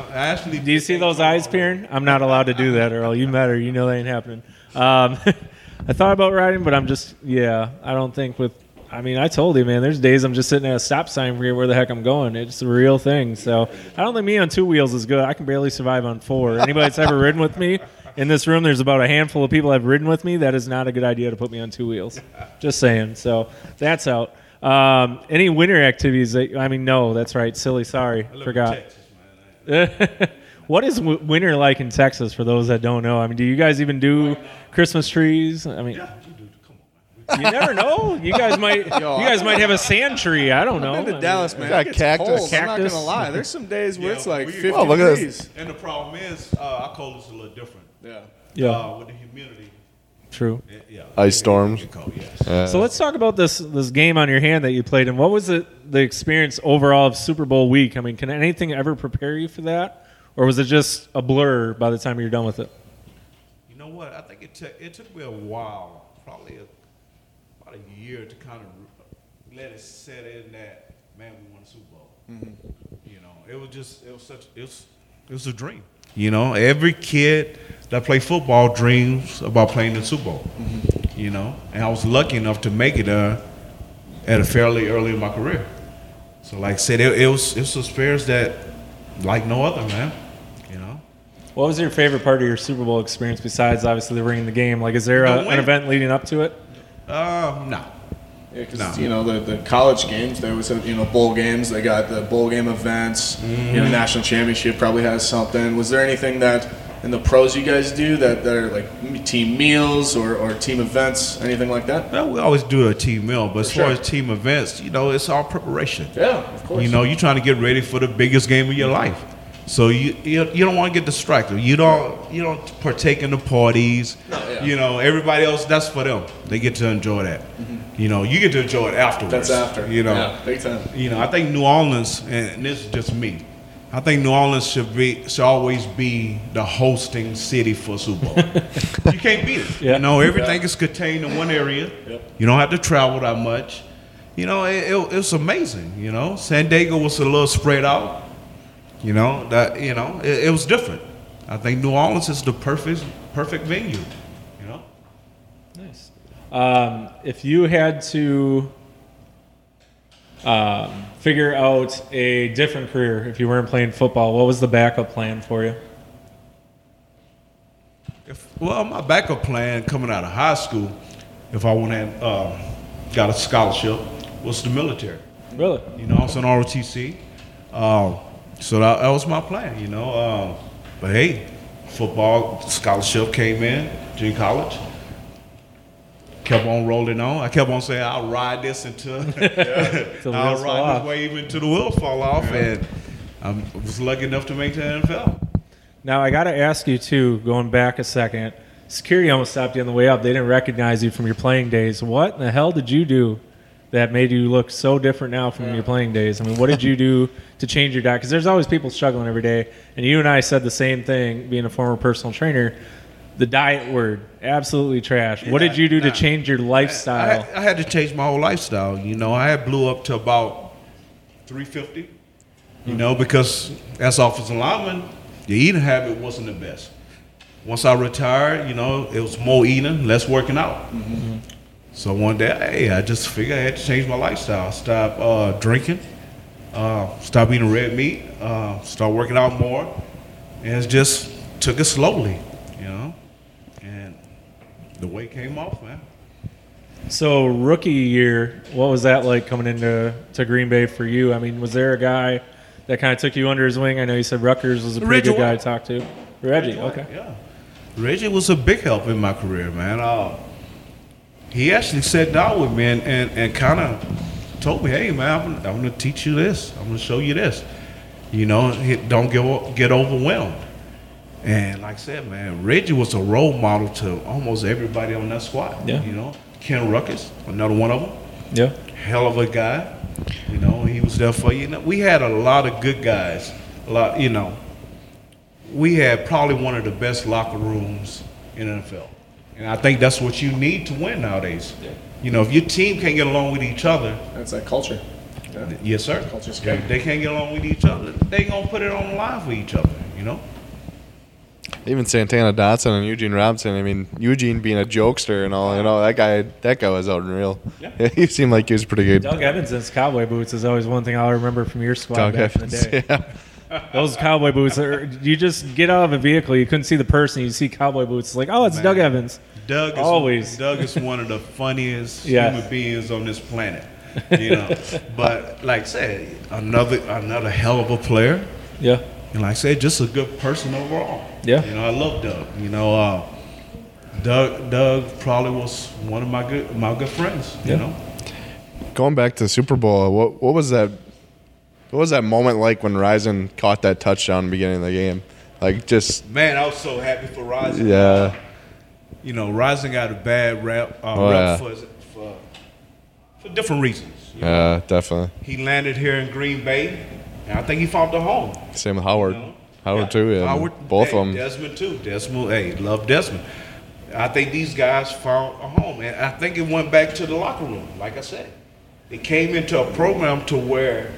Speaker 11: I actually.
Speaker 2: Do you see those eyes peering? I'm not allowed to do that, Earl. You met her. You know that ain't happening. Um, I thought about riding, but I'm just, yeah, I don't think with. I mean, I told you, man. There's days I'm just sitting at a stop sign, forget where the heck I'm going. It's a real thing. So I don't think me on two wheels is good. I can barely survive on four. Anybody that's ever ridden with me in this room, there's about a handful of people that have ridden with me. That is not a good idea to put me on two wheels. Just saying. So that's out. Um, any winter activities? That, I mean, no, that's right. Silly, sorry, forgot. what is w- winter like in Texas for those that don't know? I mean, do you guys even do Christmas trees? I mean, you never know. You guys might.
Speaker 12: Yo,
Speaker 2: you guys
Speaker 12: I-
Speaker 2: might have a sand tree. I don't
Speaker 12: I've
Speaker 2: know.
Speaker 12: been to
Speaker 2: I mean,
Speaker 12: Dallas, man. It gets cold. I'm not gonna lie. There's some days where it's like 50
Speaker 4: Oh, look at this.
Speaker 12: degrees.
Speaker 11: And the problem is, uh, our cold is a little different. Yeah.
Speaker 2: Yeah.
Speaker 11: Uh, with the humidity.
Speaker 2: True.
Speaker 11: It- yeah.
Speaker 4: Ice storms. Yeah.
Speaker 2: so let's talk about this this game on your hand that you played. And what was it, the experience overall of Super Bowl week? I mean, can anything ever prepare you for that, or was it just a blur by the time you're done with it?
Speaker 11: You know what? I think it took it took me a while, probably a, about a year, to kind of let it set in that man, we won the Super Bowl. You know, it was just it was such it was it was a dream. You know, every kid that play football dreams about playing the Super Bowl. You know, and I was lucky enough to make it uh, at a fairly early in my career. So, like I said, it, it was it was an experience that like no other, man. You know.
Speaker 2: What was your favorite part of your Super Bowl experience besides obviously the ring and the game? Like, is there
Speaker 11: The
Speaker 2: a,
Speaker 11: win.
Speaker 2: an event leading up to it?
Speaker 11: Um, no.
Speaker 12: Yeah, 'cause,
Speaker 11: No.
Speaker 12: you know the, the college games. There was a, you know bowl games. They got the bowl game events. You know,
Speaker 11: Mhm.
Speaker 12: national championship probably has something. Was there anything that in the pros you guys do that, that are like m- team meals or, or team events, anything like that?
Speaker 11: Well, we always do a team meal, but as
Speaker 12: For
Speaker 11: far
Speaker 12: sure.
Speaker 11: as team events, you know, it's all preparation.
Speaker 12: Yeah, of course.
Speaker 11: Oh, You know, you're trying to get ready for the biggest game of your life, so you you, you don't want to get distracted. You don't you don't partake in the parties.
Speaker 12: No, yeah.
Speaker 11: You know, everybody else that's for them. They get to enjoy that. You know, you get to enjoy it afterwards.
Speaker 12: Mm-hmm. That's after.
Speaker 11: You know,
Speaker 12: Yeah, big time.
Speaker 11: You know, I think New Orleans, and this is just me. I think New Orleans should be should always be the hosting city for Super Bowl. you can't beat it. You know, everything is contained in one area. You don't have to travel that much. You know, it, it, it's amazing. You know, San Diego was a little spread out. You know that you know it, it was different. I think New Orleans is the perfect perfect venue. You know,
Speaker 2: Nice. Um, if you had to um, figure out a different career if you weren't playing football, what was the backup plan for you?
Speaker 11: Well, my backup plan coming out of high school, if I want to, um, got a scholarship, was the military.
Speaker 2: Really?
Speaker 11: You know, I was in ROTC. Um, so that, that was my plan, you know. Um, but hey, football scholarship came in, junior college. Kept on rolling on. I kept on saying, I'll ride this until
Speaker 2: Till the
Speaker 11: I'll
Speaker 2: wheels fall
Speaker 11: ride
Speaker 2: off.
Speaker 11: this wave until the wheels fall off.
Speaker 2: Yeah.
Speaker 11: And I was lucky enough to make the NFL.
Speaker 2: Now I got to ask you too. Going back a second, security almost stopped you on the way up. They didn't recognize you from your playing days. What in the hell did you do that made you look so different now from your playing days? I mean, what did you do to change your diet? Because there's always people struggling every day, and you and I said the same thing. Being a former personal trainer, the diet word absolutely trash. what
Speaker 11: Yeah,
Speaker 2: did you do to
Speaker 11: nah.
Speaker 2: change your
Speaker 11: I
Speaker 2: lifestyle?
Speaker 11: had, I had to change my whole lifestyle. You know, I had blew up to about 350. You know, because as offensive lineman, the eating habit wasn't the best. Once I retired, you know, it was more eating, less working out. So one day, hey, I just figured I had to change my lifestyle. Stop uh, drinking, uh, stop eating red meat, uh, start working out more, and it's just took it slowly, you know. And the weight came off, man.
Speaker 2: So rookie year, what was that like coming into to Green Bay for you? I mean, was there a guy that kind of took you under his wing? I know you said Rutgers was a pretty
Speaker 11: Reggie
Speaker 2: good guy
Speaker 11: White.
Speaker 2: to talk to. Reggie,
Speaker 11: Reggie White,
Speaker 2: okay,
Speaker 11: yeah. Reggie was a big help in my career, man. Uh, he actually sat down with me and, and, and kind of told me, hey, man, I'm, I'm going to teach you this. I'm going to show you this. You know, he- don't get, o- get overwhelmed. And like I said, man, Reggie was a role model to almost everybody on that squad.
Speaker 2: Yeah.
Speaker 11: You know, Ken Ruckus, another one of them.
Speaker 2: Yeah.
Speaker 11: Hell of a guy. You know, he was there for you. you know, we had a lot of good guys. A lot, you know, we had probably one of the best locker rooms in NFL. And I think that's what you need to win nowadays. You know, if your team can't get along with each other,
Speaker 12: That's that culture.
Speaker 11: yes, sir.
Speaker 12: Culture's
Speaker 11: They,
Speaker 12: good.
Speaker 11: they can't get along with each other. They gonna put it on the line for each other. You know.
Speaker 4: Even Santana Dotson and Eugene Robinson. I mean, Eugene being a jokester and all. You know, that guy. That guy was out and real. Yeah. he seemed like he was pretty good.
Speaker 2: Doug Evans in his cowboy boots is always one thing I'll remember from your squad
Speaker 4: Doug
Speaker 2: back
Speaker 4: Evans,
Speaker 2: in the day. Those cowboy boots, are, you just get out of a vehicle, you couldn't see the person, you see cowboy boots, it's like, oh, it's
Speaker 11: Man.
Speaker 2: Doug Evans.
Speaker 11: Doug is
Speaker 2: always.
Speaker 11: Doug is one of the funniest
Speaker 2: Yeah.
Speaker 11: human beings on this planet. You know, but like I said, another another hell of a player.
Speaker 2: Yeah.
Speaker 11: And like I said, just a good person overall.
Speaker 2: Yeah.
Speaker 11: You know, I love Doug. You know, uh, Doug Doug probably was one of my good my good friends. You
Speaker 4: Yeah.
Speaker 11: know.
Speaker 4: Going back to the Super Bowl, what what was that? What was that moment like when Rising caught that touchdown in the beginning of the game? Like just
Speaker 11: Man, I was so happy for Rising.
Speaker 4: yeah,
Speaker 11: You know, Rising got a bad rap, uh,
Speaker 4: Oh,
Speaker 11: rap
Speaker 4: yeah.
Speaker 11: for, for for different reasons.
Speaker 4: yeah, definitely.
Speaker 11: He landed here in Green Bay, and I think he found a home.
Speaker 4: Same with Howard. Howard Oh, too. Yeah,
Speaker 11: Howard,
Speaker 4: both
Speaker 11: hey,
Speaker 4: of them.
Speaker 11: Desmond too. Desmond, hey, love Desmond. I think these guys found a home, and I think it went back to the locker room. Like I said, they came into a program to where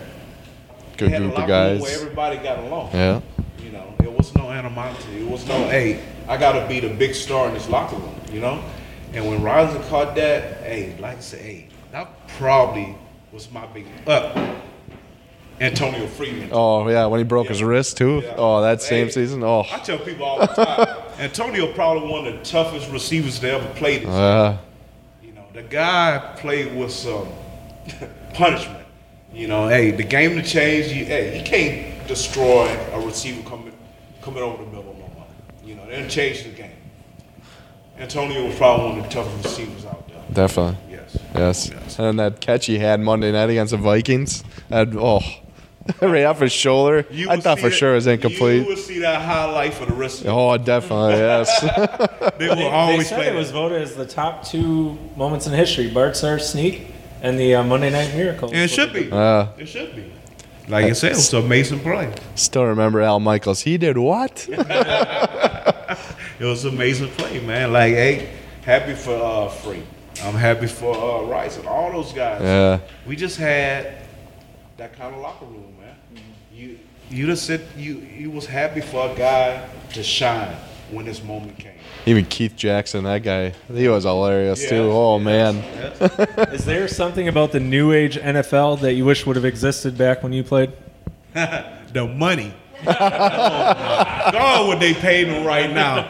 Speaker 11: they
Speaker 4: Good
Speaker 11: had a
Speaker 4: group of
Speaker 11: locker room where
Speaker 4: guys.
Speaker 11: everybody got along.
Speaker 4: Yeah.
Speaker 11: you know, it was no animosity. It was no, hey, I got to be the big star in this locker room. You know, and when Rising caught that, hey, like I said, hey, that probably was my big uh, up. Antonio Freeman.
Speaker 4: Oh yeah, when he broke his wrist too. Oh, that same season. Oh,
Speaker 11: I tell people all the time, Antonio probably one of the toughest receivers to ever play this.
Speaker 4: yeah.
Speaker 11: The guy played with some punishment. You know, hey, the game to change. You, hey, he can't destroy a receiver coming coming over the middle no more. You know, they done changed the game. Antonio was probably one of the toughest receivers out there.
Speaker 4: Definitely.
Speaker 11: Yes.
Speaker 4: Yes. And then that catch he had Monday night against the Vikings. That oh, right off his shoulder. I
Speaker 11: will
Speaker 4: thought
Speaker 11: see
Speaker 4: for
Speaker 11: that-
Speaker 4: sure it was
Speaker 11: You
Speaker 4: incomplete.
Speaker 11: would see that highlight for the rest of
Speaker 4: Oh, definitely. Yes.
Speaker 11: They will always
Speaker 2: said
Speaker 11: play
Speaker 2: it was voted as the top two moments in history: Bart Starr sneak and the uh, Monday Night Miracle.
Speaker 11: And it should be.
Speaker 4: Yeah.
Speaker 11: It should be. Like I said, it was an amazing play.
Speaker 4: Still remember Al Michaels. He did what?
Speaker 11: It was an amazing play, man. Like, hey, happy for uh, Free. I'm happy for uh, Rice and all those guys.
Speaker 4: Yeah.
Speaker 11: We just had that kind of locker room, Mm-hmm. man. You you just said you you was happy for a guy to shine. when this moment came.
Speaker 4: Even Keith Jackson, that guy, he was hilarious
Speaker 11: Yeah.
Speaker 4: too. Oh man,
Speaker 2: Is there something about the new age NFL that you wish would have existed back when you played?
Speaker 11: the money. God, would they pay me right now?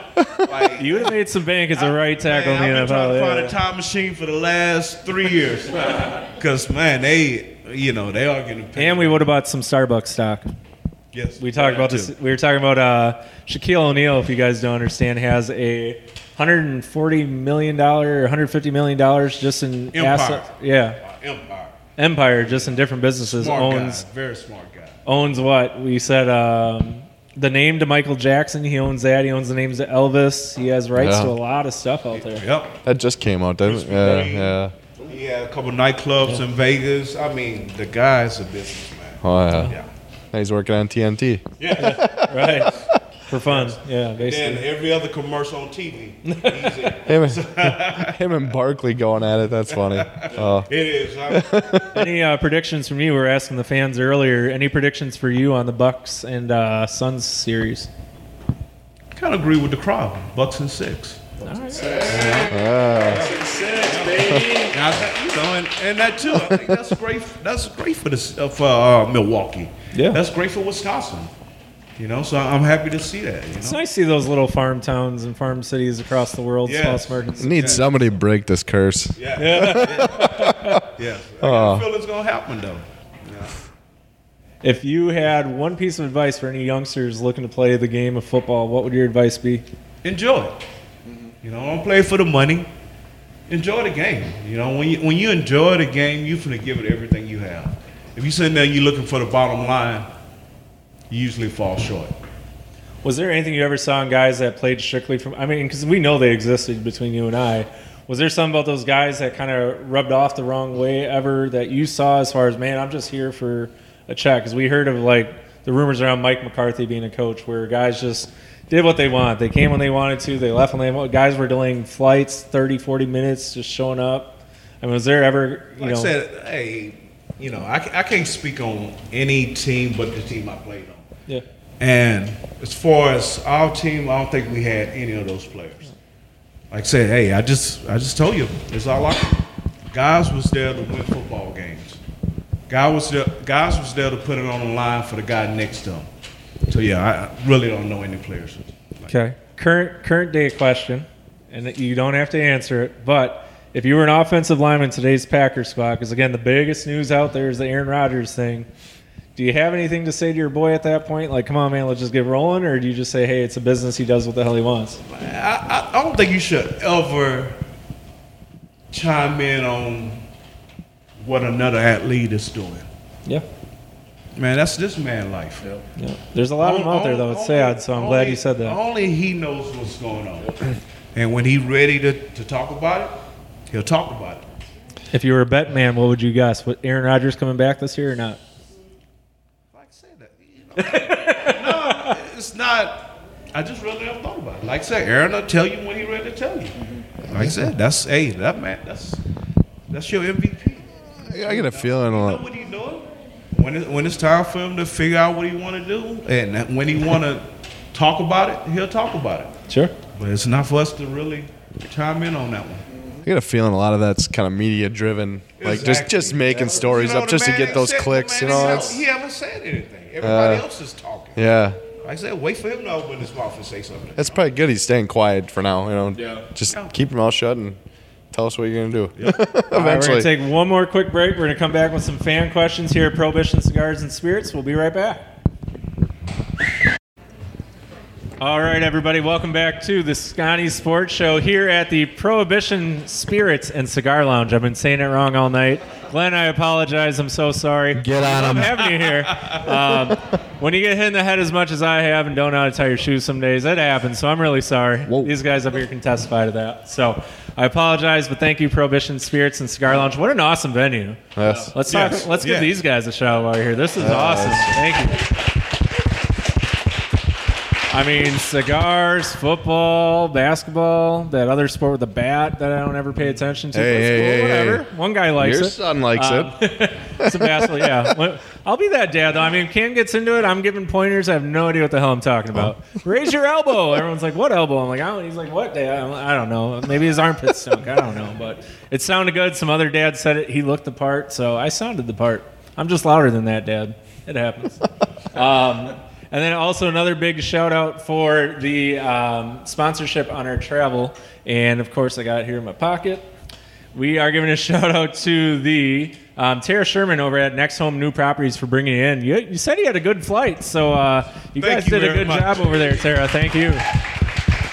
Speaker 2: you would have made some bank as a right tackle
Speaker 11: I've
Speaker 2: in the
Speaker 11: been
Speaker 2: NFL.
Speaker 11: trying to
Speaker 2: yeah.
Speaker 11: find a time machine for the last three years. Because, man, they, you know, they are getting
Speaker 2: And we would have bought some Starbucks stock.
Speaker 11: Yes,
Speaker 2: We talked about this. We were talking about uh, Shaquille O'Neal. If you guys don't understand, has a 140 million dollar, 150 million dollars just in
Speaker 11: Empire.
Speaker 2: asset- Yeah,
Speaker 11: Empire.
Speaker 2: Empire, just in different businesses.
Speaker 11: Smart guy,
Speaker 2: owns
Speaker 11: very smart guy.
Speaker 2: Owns what we said. Um, the name to Michael Jackson. He owns that. He owns the names to Elvis. He has rights
Speaker 4: Yeah.
Speaker 2: to a lot of stuff out there.
Speaker 11: Yep.
Speaker 4: that just came out, didn't it? Yeah, yeah.
Speaker 11: He had a couple nightclubs in Vegas. I mean, the guy's a businessman.
Speaker 4: Oh yeah. Now he's working on TNT.
Speaker 11: Yeah,
Speaker 2: right. For fun. Yeah,
Speaker 11: And
Speaker 2: basically.
Speaker 11: every other commercial on TV. he's in.
Speaker 4: Him, and- him and Barkley going at it. That's funny. Oh.
Speaker 2: Any uh, predictions from you? We were asking the fans earlier. Any predictions for you on the Bucks and uh, Suns series?
Speaker 11: kind of agree with the crowd. Bucks and six.
Speaker 4: Ah.
Speaker 11: Six, baby. And, I think, you know, and, and that too. I think that's great. That's great for this uh, for uh, Milwaukee.
Speaker 2: Yeah.
Speaker 11: That's great for Wisconsin. You know, so I'm happy to see that. You know?
Speaker 2: It's nice to see those little farm towns and farm cities across the world,
Speaker 11: Yes.
Speaker 2: small markets.
Speaker 4: Need somebody to break this curse.
Speaker 11: Yeah. Yeah. I
Speaker 4: Oh.
Speaker 11: feel it's gonna happen though.
Speaker 2: If you had one piece of advice for any youngsters looking to play the game of football, what would your advice be?
Speaker 11: Enjoy. it. You know, don't play for the money. Enjoy the game. You know, when you when you enjoy the game, you finna give it everything you have. If you sitting there and you looking for the bottom line, you usually fall short.
Speaker 2: Was there anything you ever saw in guys that played strictly from? I mean, because we know they existed between you and I. Was there something about those guys that kind of rubbed off the wrong way ever that you saw as far as man, I'm just here for a check? Because we heard of like the rumors around Mike McCarthy being a coach, where guys just did what they want. They came when they wanted to. They left when they wanted. Guys were delaying flights 30, 40 minutes, just showing up. I mean, was there ever you
Speaker 11: Like
Speaker 2: know?
Speaker 11: I said, hey, you know, I, ca- I can't speak on any team but the team I played on.
Speaker 2: Yeah.
Speaker 11: And as far as our team, I don't think we had any of those players. Like I said, hey, I just I just told you, it's all I. Guys was there to win football games. Guy was there, guys was there to put it on the line for the guy next to him. So yeah, I- I really don't know any players.
Speaker 2: Okay. Current current day question, and that you don't have to answer it, but if you were an offensive lineman in today's Packers spot, because again the biggest news out there is the Aaron Rodgers thing. Do you have anything to say to your boy at that point? Like, come on, man, let's just get rolling, or do you just say, hey, it's a business, he does what the hell he wants?
Speaker 11: I, I, I don't think you should ever chime in on what another athlete is doing.
Speaker 2: Yeah.
Speaker 11: Man, that's this man life.
Speaker 2: Yeah. There's a lot of them out there that would say that, so I'm glad you said that.
Speaker 11: Only he knows what's going on. and when he's ready to, to talk about it, he'll talk about it.
Speaker 2: If you were a bet man, what would you guess? What Aaron Rodgers coming back this year or not?
Speaker 11: no, it's not. I just really never thought about it. Like I said, Aaron will tell you when he's ready to tell you. Like I said, that's hey, that man, that's that's your MVP.
Speaker 4: I get a feeling. Like,
Speaker 11: When it, when it's time for him to figure out what he want to do, and that- when he want to talk about it, he'll talk about it.
Speaker 2: Sure.
Speaker 11: But it's not for us to really chime in on that one.
Speaker 4: I get a feeling a lot of that's kind of media driven, like just just making stories up just to get those clicks. You know, it's
Speaker 11: "Oh, he haven't said anything. Everybody
Speaker 4: Uh,
Speaker 11: else is talking.
Speaker 4: yeah.
Speaker 11: Like I said, wait for him to open his mouth and say something.
Speaker 4: That's probably good. He's staying quiet for now. You know,
Speaker 11: Yeah.
Speaker 4: just
Speaker 11: Yeah.
Speaker 4: keep your mouth shut and tell us what you're gonna do.
Speaker 2: All right, we're
Speaker 4: Eventually,
Speaker 2: going to take one more quick break. We're going to come back with some fan questions here at Prohibition Cigars and Spirits. We'll be right back. All right, everybody, welcome back to the Scotty Sports Show here at the Prohibition Spirits and Cigar Lounge. I've been saying it wrong all night. Glenn, I apologize. I'm so sorry. Get on I'm
Speaker 4: 'em.
Speaker 2: having you here. Um, when you get hit in the head as much as I have and don't know how to tie your shoes some days, that happens, so I'm really sorry. These guys up here can testify to that. So I apologize, but thank you, Prohibition Spirits and Cigar Lounge. What an awesome venue.
Speaker 4: Yes.
Speaker 2: Let's talk,
Speaker 4: Yes.
Speaker 2: let's
Speaker 4: Yeah.
Speaker 2: give these guys a shout out while you're here. This is
Speaker 4: Yeah,
Speaker 2: awesome.
Speaker 4: that's-
Speaker 2: Thank you. I mean, cigars, football, basketball, that other sport with the bat that I don't ever pay attention to.
Speaker 4: Hey,
Speaker 2: That's
Speaker 4: hey,
Speaker 2: cool,
Speaker 4: hey,
Speaker 2: whatever.
Speaker 4: hey.
Speaker 2: One guy likes
Speaker 4: Your
Speaker 2: it. Uh,
Speaker 4: son likes
Speaker 2: it. it's a basketball, Um, yeah. Well, I'll be that dad, though. I mean, Cam gets into it. I'm giving pointers. I have no idea what the hell I'm talking about. Raise your elbow. Everyone's like, what elbow? I'm like, I don't. He's like, what dad? I'm like, I don't know. Maybe his armpit stunk. I don't know. But it sounded good. Some other dad said it. He looked the part. So I sounded the part. I'm just louder than that dad. It happens. um, and then also another big shout out for the um, sponsorship on our travel. And of course, I got it here in my pocket. We are giving a shout out to the um, Tara Sherman over at Next Home New Properties for bringing it in. You, you said you had a good flight, so uh, you
Speaker 11: Thank
Speaker 2: guys
Speaker 11: you
Speaker 2: did a
Speaker 11: very
Speaker 2: good
Speaker 11: much.
Speaker 2: job over there, Tara. Thank you.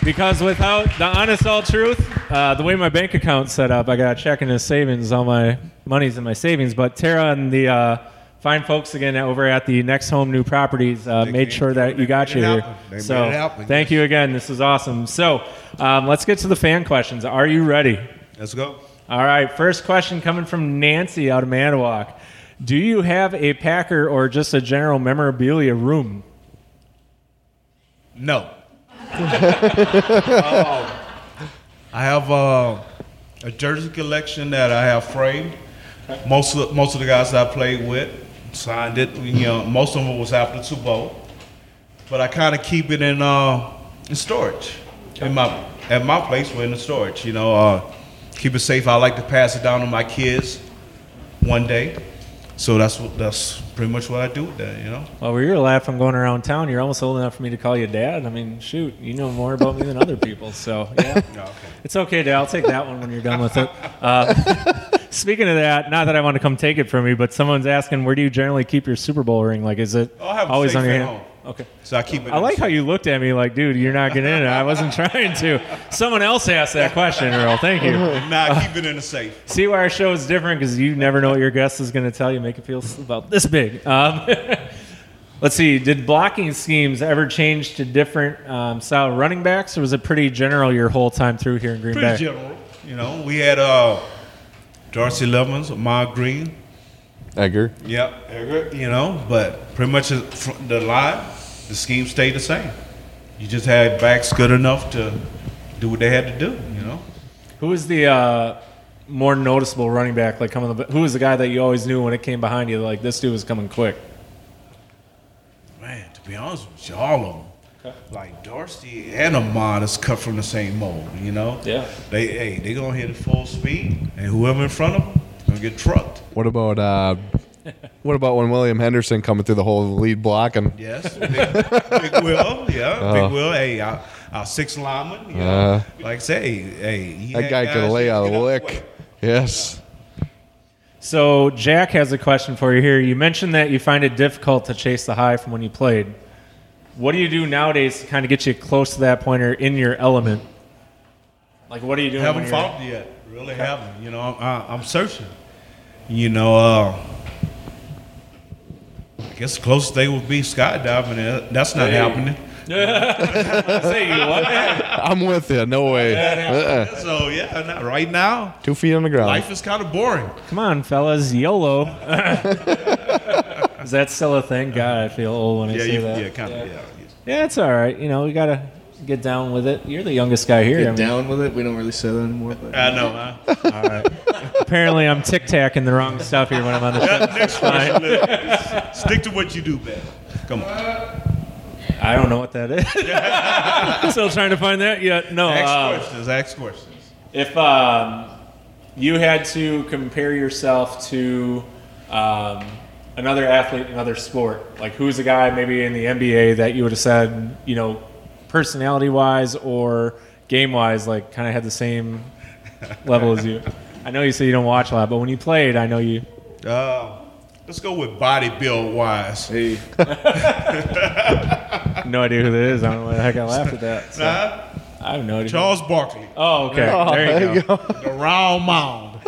Speaker 2: Because without the honest all truth, uh, the way my bank account's set up, I got a check and a savings. All my money's in my savings. But Tara and the uh, fine folks again over at the Next Home New Properties uh, made sure that you got you
Speaker 11: it
Speaker 2: here.
Speaker 11: happen. They
Speaker 2: so
Speaker 11: made it happen.
Speaker 2: thank you again. This is awesome. So um, let's get to the fan questions. Are you ready?
Speaker 11: Let's go.
Speaker 2: All right. First question coming from Nancy out of Manitowoc. Do you have a Packer or just a general memorabilia room?
Speaker 11: No. Um, I have uh, a jersey collection that I have framed. Most of most of the guys I played with signed it. You know, most of them was after the Super Bowl, but I kind of keep it in uh, in storage. In my at my place, we're in the storage. You know, uh, keep it safe. I like to pass it down to my kids one day. So that's what that's pretty much what I do with that. You know.
Speaker 2: Well, where you're laughing going around town, you're almost old enough for me to call you dad. I mean, shoot, you know more about me than other people. So, yeah. It's okay, Dad. I'll take that one when you're done with it. Uh, speaking of that, not that I want to come take it from you, but someone's asking, where do you generally keep your Super Bowl ring? Like, is it
Speaker 11: I have a
Speaker 2: always
Speaker 11: safe
Speaker 2: on your
Speaker 11: at
Speaker 2: hand?
Speaker 11: home.
Speaker 2: Okay.
Speaker 11: So I keep it.
Speaker 2: I
Speaker 11: in
Speaker 2: like how you looked at me like, dude, you're not getting in it. I wasn't trying to. Someone else asked that question, Earl. Thank you.
Speaker 11: Nah,
Speaker 2: Uh,
Speaker 11: keep it in the safe.
Speaker 2: See why our show is different because you never know what your guest is going to tell you. Make it feel s- about this big. Um, let's see. Did blocking schemes ever change to different um, style running backs, or was it pretty general your whole time through here in Green
Speaker 11: Pretty
Speaker 2: Bay?
Speaker 11: general. You know, we had uh, Darcy Lemons, Amar Green.
Speaker 4: Edgar.
Speaker 11: Yep, Edgar. You know, but pretty much the fr- the line, the scheme stayed the same. You just had backs good enough to do what they had to do. You know,
Speaker 2: Who was the uh, more noticeable running back? Like coming, who was the guy that you always knew when it came behind you? Like this dude was coming quick.
Speaker 11: man. To be honest with you, all of them, like Darcy and Amar, is cut from the same mold. You know.
Speaker 2: Yeah.
Speaker 11: They hey, they gonna hit it full speed, and whoever in front of them gonna get trucked.
Speaker 4: What about uh, what about when William Henderson coming through the whole lead block and
Speaker 11: Yes, Big, Big Will. Yeah,
Speaker 4: Oh.
Speaker 11: Big Will. Hey, our, our six lineman. You know,
Speaker 4: Uh.
Speaker 11: like I say, hey, he
Speaker 4: that
Speaker 11: had
Speaker 4: guy
Speaker 11: guys
Speaker 4: could lay
Speaker 11: that
Speaker 4: out
Speaker 11: could
Speaker 4: a
Speaker 11: get
Speaker 4: lick? Yes.
Speaker 2: So Jack has a question for you here. You mentioned that you find it difficult to chase the high from when you played. What do you do nowadays to kind of get you close to that point or in your element? Like, what are you doing?
Speaker 11: Haven't
Speaker 2: when you're-
Speaker 11: found it yet. Really haven't. You know, I'm, I, I'm searching. You know, uh, I guess the closest thing would be skydiving. Uh, That's not
Speaker 4: Hey.
Speaker 11: happening.
Speaker 2: Say you what?
Speaker 4: I'm with you. No way. Uh-uh.
Speaker 11: So yeah, not right now.
Speaker 4: Two feet on the ground.
Speaker 11: Life is kind of boring.
Speaker 2: Come on, fellas, YOLO. Is that still a thing? God, I feel old when I
Speaker 11: Yeah,
Speaker 2: say
Speaker 11: you-
Speaker 2: that.
Speaker 11: yeah, kinda, yeah.
Speaker 2: Yeah, it's all right. You know, we gotta get down with it. You're the youngest guy here.
Speaker 12: Get
Speaker 2: I mean-
Speaker 12: down with it. We don't really say that anymore. But
Speaker 11: I know. Huh?
Speaker 2: All right. Apparently, I'm tic tacking the wrong stuff here when I'm on the show.
Speaker 11: Next
Speaker 2: It's fine.
Speaker 11: question. Lou. Stick to what you do, man. Come on.
Speaker 2: I don't know what that is. Still trying to find that yet. No.
Speaker 11: Ask
Speaker 2: uh,
Speaker 11: questions. Ask questions.
Speaker 2: If um, you had to compare yourself to um, another athlete, in another sport, like who's a guy maybe in the NBA that you would have said, you know, personality wise or game wise, like kind of had the same level as you? I know you say you don't watch a lot, but when you played, I know you.
Speaker 11: Uh, let's go with body build wise. Hey.
Speaker 2: No idea who that is. I don't know why the heck I laughed at that. so.
Speaker 11: Nah.
Speaker 2: I have no idea.
Speaker 11: Charles Barkley.
Speaker 2: Oh, okay.
Speaker 11: Oh,
Speaker 2: there you
Speaker 11: there you
Speaker 2: go.
Speaker 11: The round mound.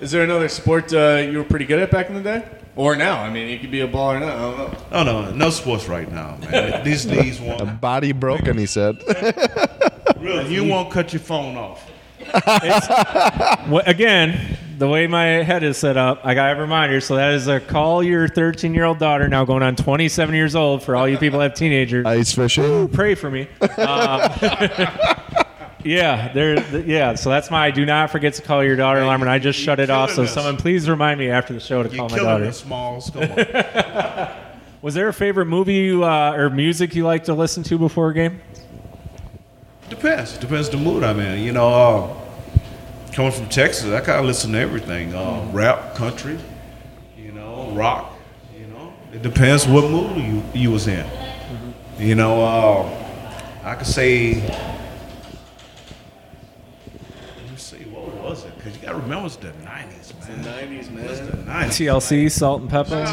Speaker 12: Is there another sport uh, you were pretty good at back in the day, or now? I mean, you could be a baller now. I don't know.
Speaker 11: Oh no, no sports right now, man. These knees won't.
Speaker 4: A body broken, he said.
Speaker 11: Really, you won't cut your phone off.
Speaker 2: Well, again, the way my head is set up, I got a reminder. So that is a call your 13 year old daughter now going on 27 years old for all you people that have teenagers.
Speaker 4: Ice fishing.
Speaker 2: Pray for me. Uh, yeah, there. th- Yeah, so that's my do not forget to call your daughter alarm, and I just shut it off. So
Speaker 11: killing us.
Speaker 2: someone please remind me after the show to call my
Speaker 11: killing
Speaker 2: daughter.
Speaker 11: us, Smalls. Come on.
Speaker 2: Was there a favorite movie you, uh, or music you like to listen to before a game?
Speaker 11: Depends. Depends the mood I'm in. You know, uh, coming from Texas, I kind of listen to everything: uh, rap, country, you know, rock. You know, it depends what mood you you was in. You know, uh, I could say. Let me see, what was it? Because you got to remember it's the '90s, man.
Speaker 12: Nineties, man.
Speaker 2: TLC, Salt and Pepper.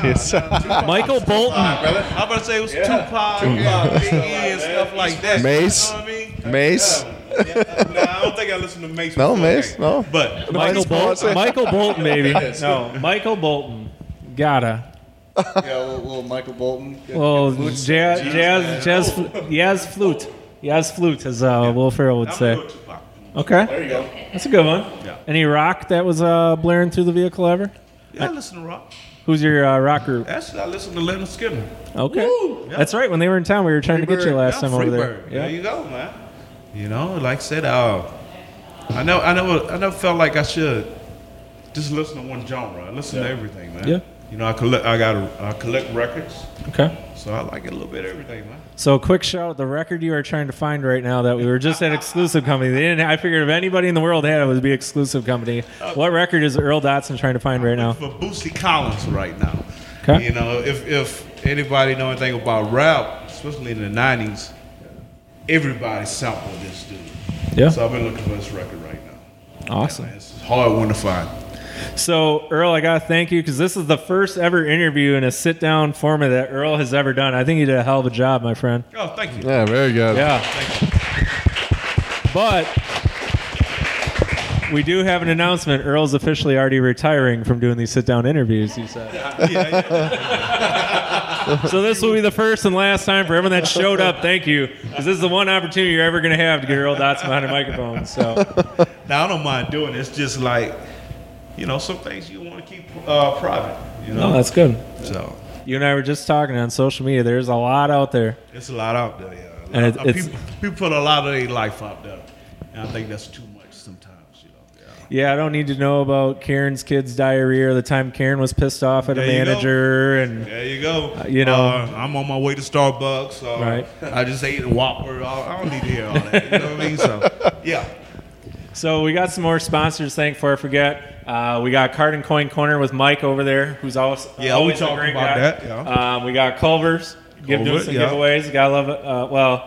Speaker 2: Michael Bolton.
Speaker 11: I'm about to say it was Tupac, uh, Big E, and stuff like that.
Speaker 4: Mace.
Speaker 11: You know what I mean?
Speaker 4: Mace.
Speaker 11: Nah, I don't think I listened to Mace.
Speaker 4: No,
Speaker 11: before
Speaker 4: Mace,
Speaker 11: that.
Speaker 4: no.
Speaker 11: But
Speaker 4: No,
Speaker 2: Michael
Speaker 4: it's Bolton.
Speaker 2: Bolton. Michael Bolton, baby.
Speaker 4: Yes.
Speaker 2: No, Michael Bolton. Gotta.
Speaker 12: yeah, little, little Michael Bolton. Yeah,
Speaker 2: Well,
Speaker 12: flutes.
Speaker 2: jazz, jazz, jazz, fl- jazz flute. Jazz flute, as uh, Will Ferrell would say. Okay.
Speaker 11: There you go.
Speaker 2: That's a good one.
Speaker 11: Yeah.
Speaker 2: Any rock that was uh, blaring through the vehicle ever?
Speaker 11: Yeah, I listen to rock.
Speaker 2: Who's your uh, rock group?
Speaker 11: Actually, I listen to Leonard Skinner.
Speaker 2: Okay. That's right. When they were in town, we were trying to get you
Speaker 11: Freebird.
Speaker 2: last
Speaker 11: Yeah,
Speaker 2: time over there.
Speaker 11: Freebird. There you go, man. You know, like I said, uh, I know, I never, I never felt like I should just listen to one genre. I listen to everything, man.
Speaker 2: Yeah.
Speaker 11: You know, I collect, I got, I collect records.
Speaker 2: Okay.
Speaker 11: So I like a little bit of everything, man.
Speaker 2: So, quick shout: the record you are trying to find right now that we were just at Exclusive Company. They didn't. I figured if anybody in the world had it, it would be Exclusive Company. What record is Earl Dotson trying to find right now?
Speaker 11: For Boosie Collins right now.
Speaker 2: Okay.
Speaker 11: You know, if if anybody know anything about rap, especially in the '90s, everybody sampled this dude.
Speaker 2: Yeah.
Speaker 11: So I've been looking for this record right now.
Speaker 2: Awesome.
Speaker 11: It's a hard one to find.
Speaker 2: So, Earl, I gotta thank you because this is the first ever interview in a sit-down format that Earl has ever done. I think you did a hell of a job, my friend.
Speaker 11: Oh, thank you.
Speaker 4: Yeah, very good.
Speaker 2: Yeah. But we do have an announcement. Earl's officially already retiring from doing these sit-down interviews. He said. so this will be the first and last time for everyone that showed up. Thank you, 'Cause this is the one opportunity you're ever going to have to get Earl Dotson behind a microphone. So
Speaker 11: Now I don't mind doing it. It's just like, you know, some things you want to keep uh, private. You know,
Speaker 2: No, Oh, that's good.
Speaker 11: So
Speaker 2: you and I were just talking on social media. There's a lot out there.
Speaker 11: it's a lot out there. Yeah.
Speaker 2: And it-
Speaker 11: Uh,
Speaker 2: it's-
Speaker 11: people, people put a lot of their life out there, and I think that's too much sometimes.
Speaker 2: Yeah, I don't need to know about Karen's kids' diarrhea or the time Karen was pissed off at a
Speaker 11: There you go.
Speaker 2: manager and
Speaker 11: There you go.
Speaker 2: Uh, you know.
Speaker 11: Uh, I'm on my way to Starbucks. Uh,
Speaker 2: Right.
Speaker 11: I just ate a Whopper. I I don't need to hear all that. You know what I mean? So yeah.
Speaker 2: So we got some more sponsors. Thank for I forget. Uh, we got Card and Coin Corner with Mike over there, who's always
Speaker 11: Yeah, we
Speaker 2: always a
Speaker 11: talked
Speaker 2: great
Speaker 11: about
Speaker 2: guy.
Speaker 11: that, yeah.
Speaker 2: Um, we got Culver's. Give doing
Speaker 11: Culver,
Speaker 2: some
Speaker 11: yeah.
Speaker 2: giveaways. Gotta love it. Uh, well,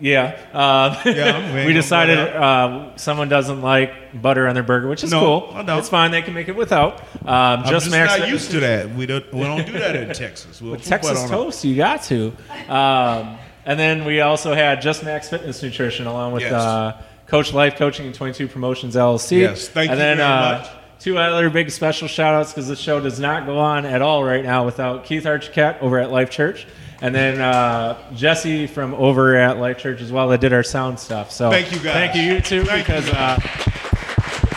Speaker 2: yeah. Uh,
Speaker 11: Yeah, we ain't
Speaker 2: we
Speaker 11: gonna
Speaker 2: decided
Speaker 11: blow that.
Speaker 2: uh, someone doesn't like butter on their burger, which is
Speaker 11: No,
Speaker 2: cool.
Speaker 11: I don't.
Speaker 2: It's fine. They can make it without. Um,
Speaker 11: I'm
Speaker 2: just
Speaker 11: just
Speaker 2: Max
Speaker 11: not used to that. We don't we don't do that in Texas. We'll
Speaker 2: with
Speaker 11: put
Speaker 2: Texas
Speaker 11: on a-
Speaker 2: toast, you got to. Um, and then we also had Just Max Fitness Nutrition along with
Speaker 11: Yes.
Speaker 2: uh, Coach Life Coaching and 22 Promotions LLC.
Speaker 11: Yes, thank
Speaker 2: and
Speaker 11: you
Speaker 2: then,
Speaker 11: very
Speaker 2: uh,
Speaker 11: much.
Speaker 2: Two other big special shout outs because the show does not go on at all right now without Keith Archicat over at Life Church and then uh, Jesse from over at Life Church as well that did our sound stuff. So
Speaker 11: Thank you guys.
Speaker 2: Thank you, you two, because uh,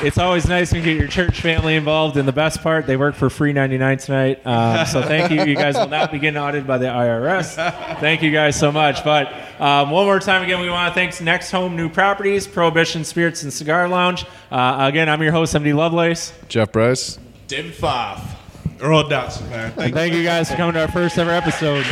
Speaker 2: it's always nice when you get your church family involved. And the best part, they work for free 99 tonight. Um, so thank you. You guys will not be getting audited by the IRS. Thank you guys so much. But um, one more time again, we want to thank Next Home New Properties, Prohibition Spirits and Cigar Lounge. Uh, again, I'm your host, MD Lovelace.
Speaker 4: Jeff Bryce.
Speaker 11: David Five. Earl Dotson, man.
Speaker 2: And thank you guys for coming to our first ever episode.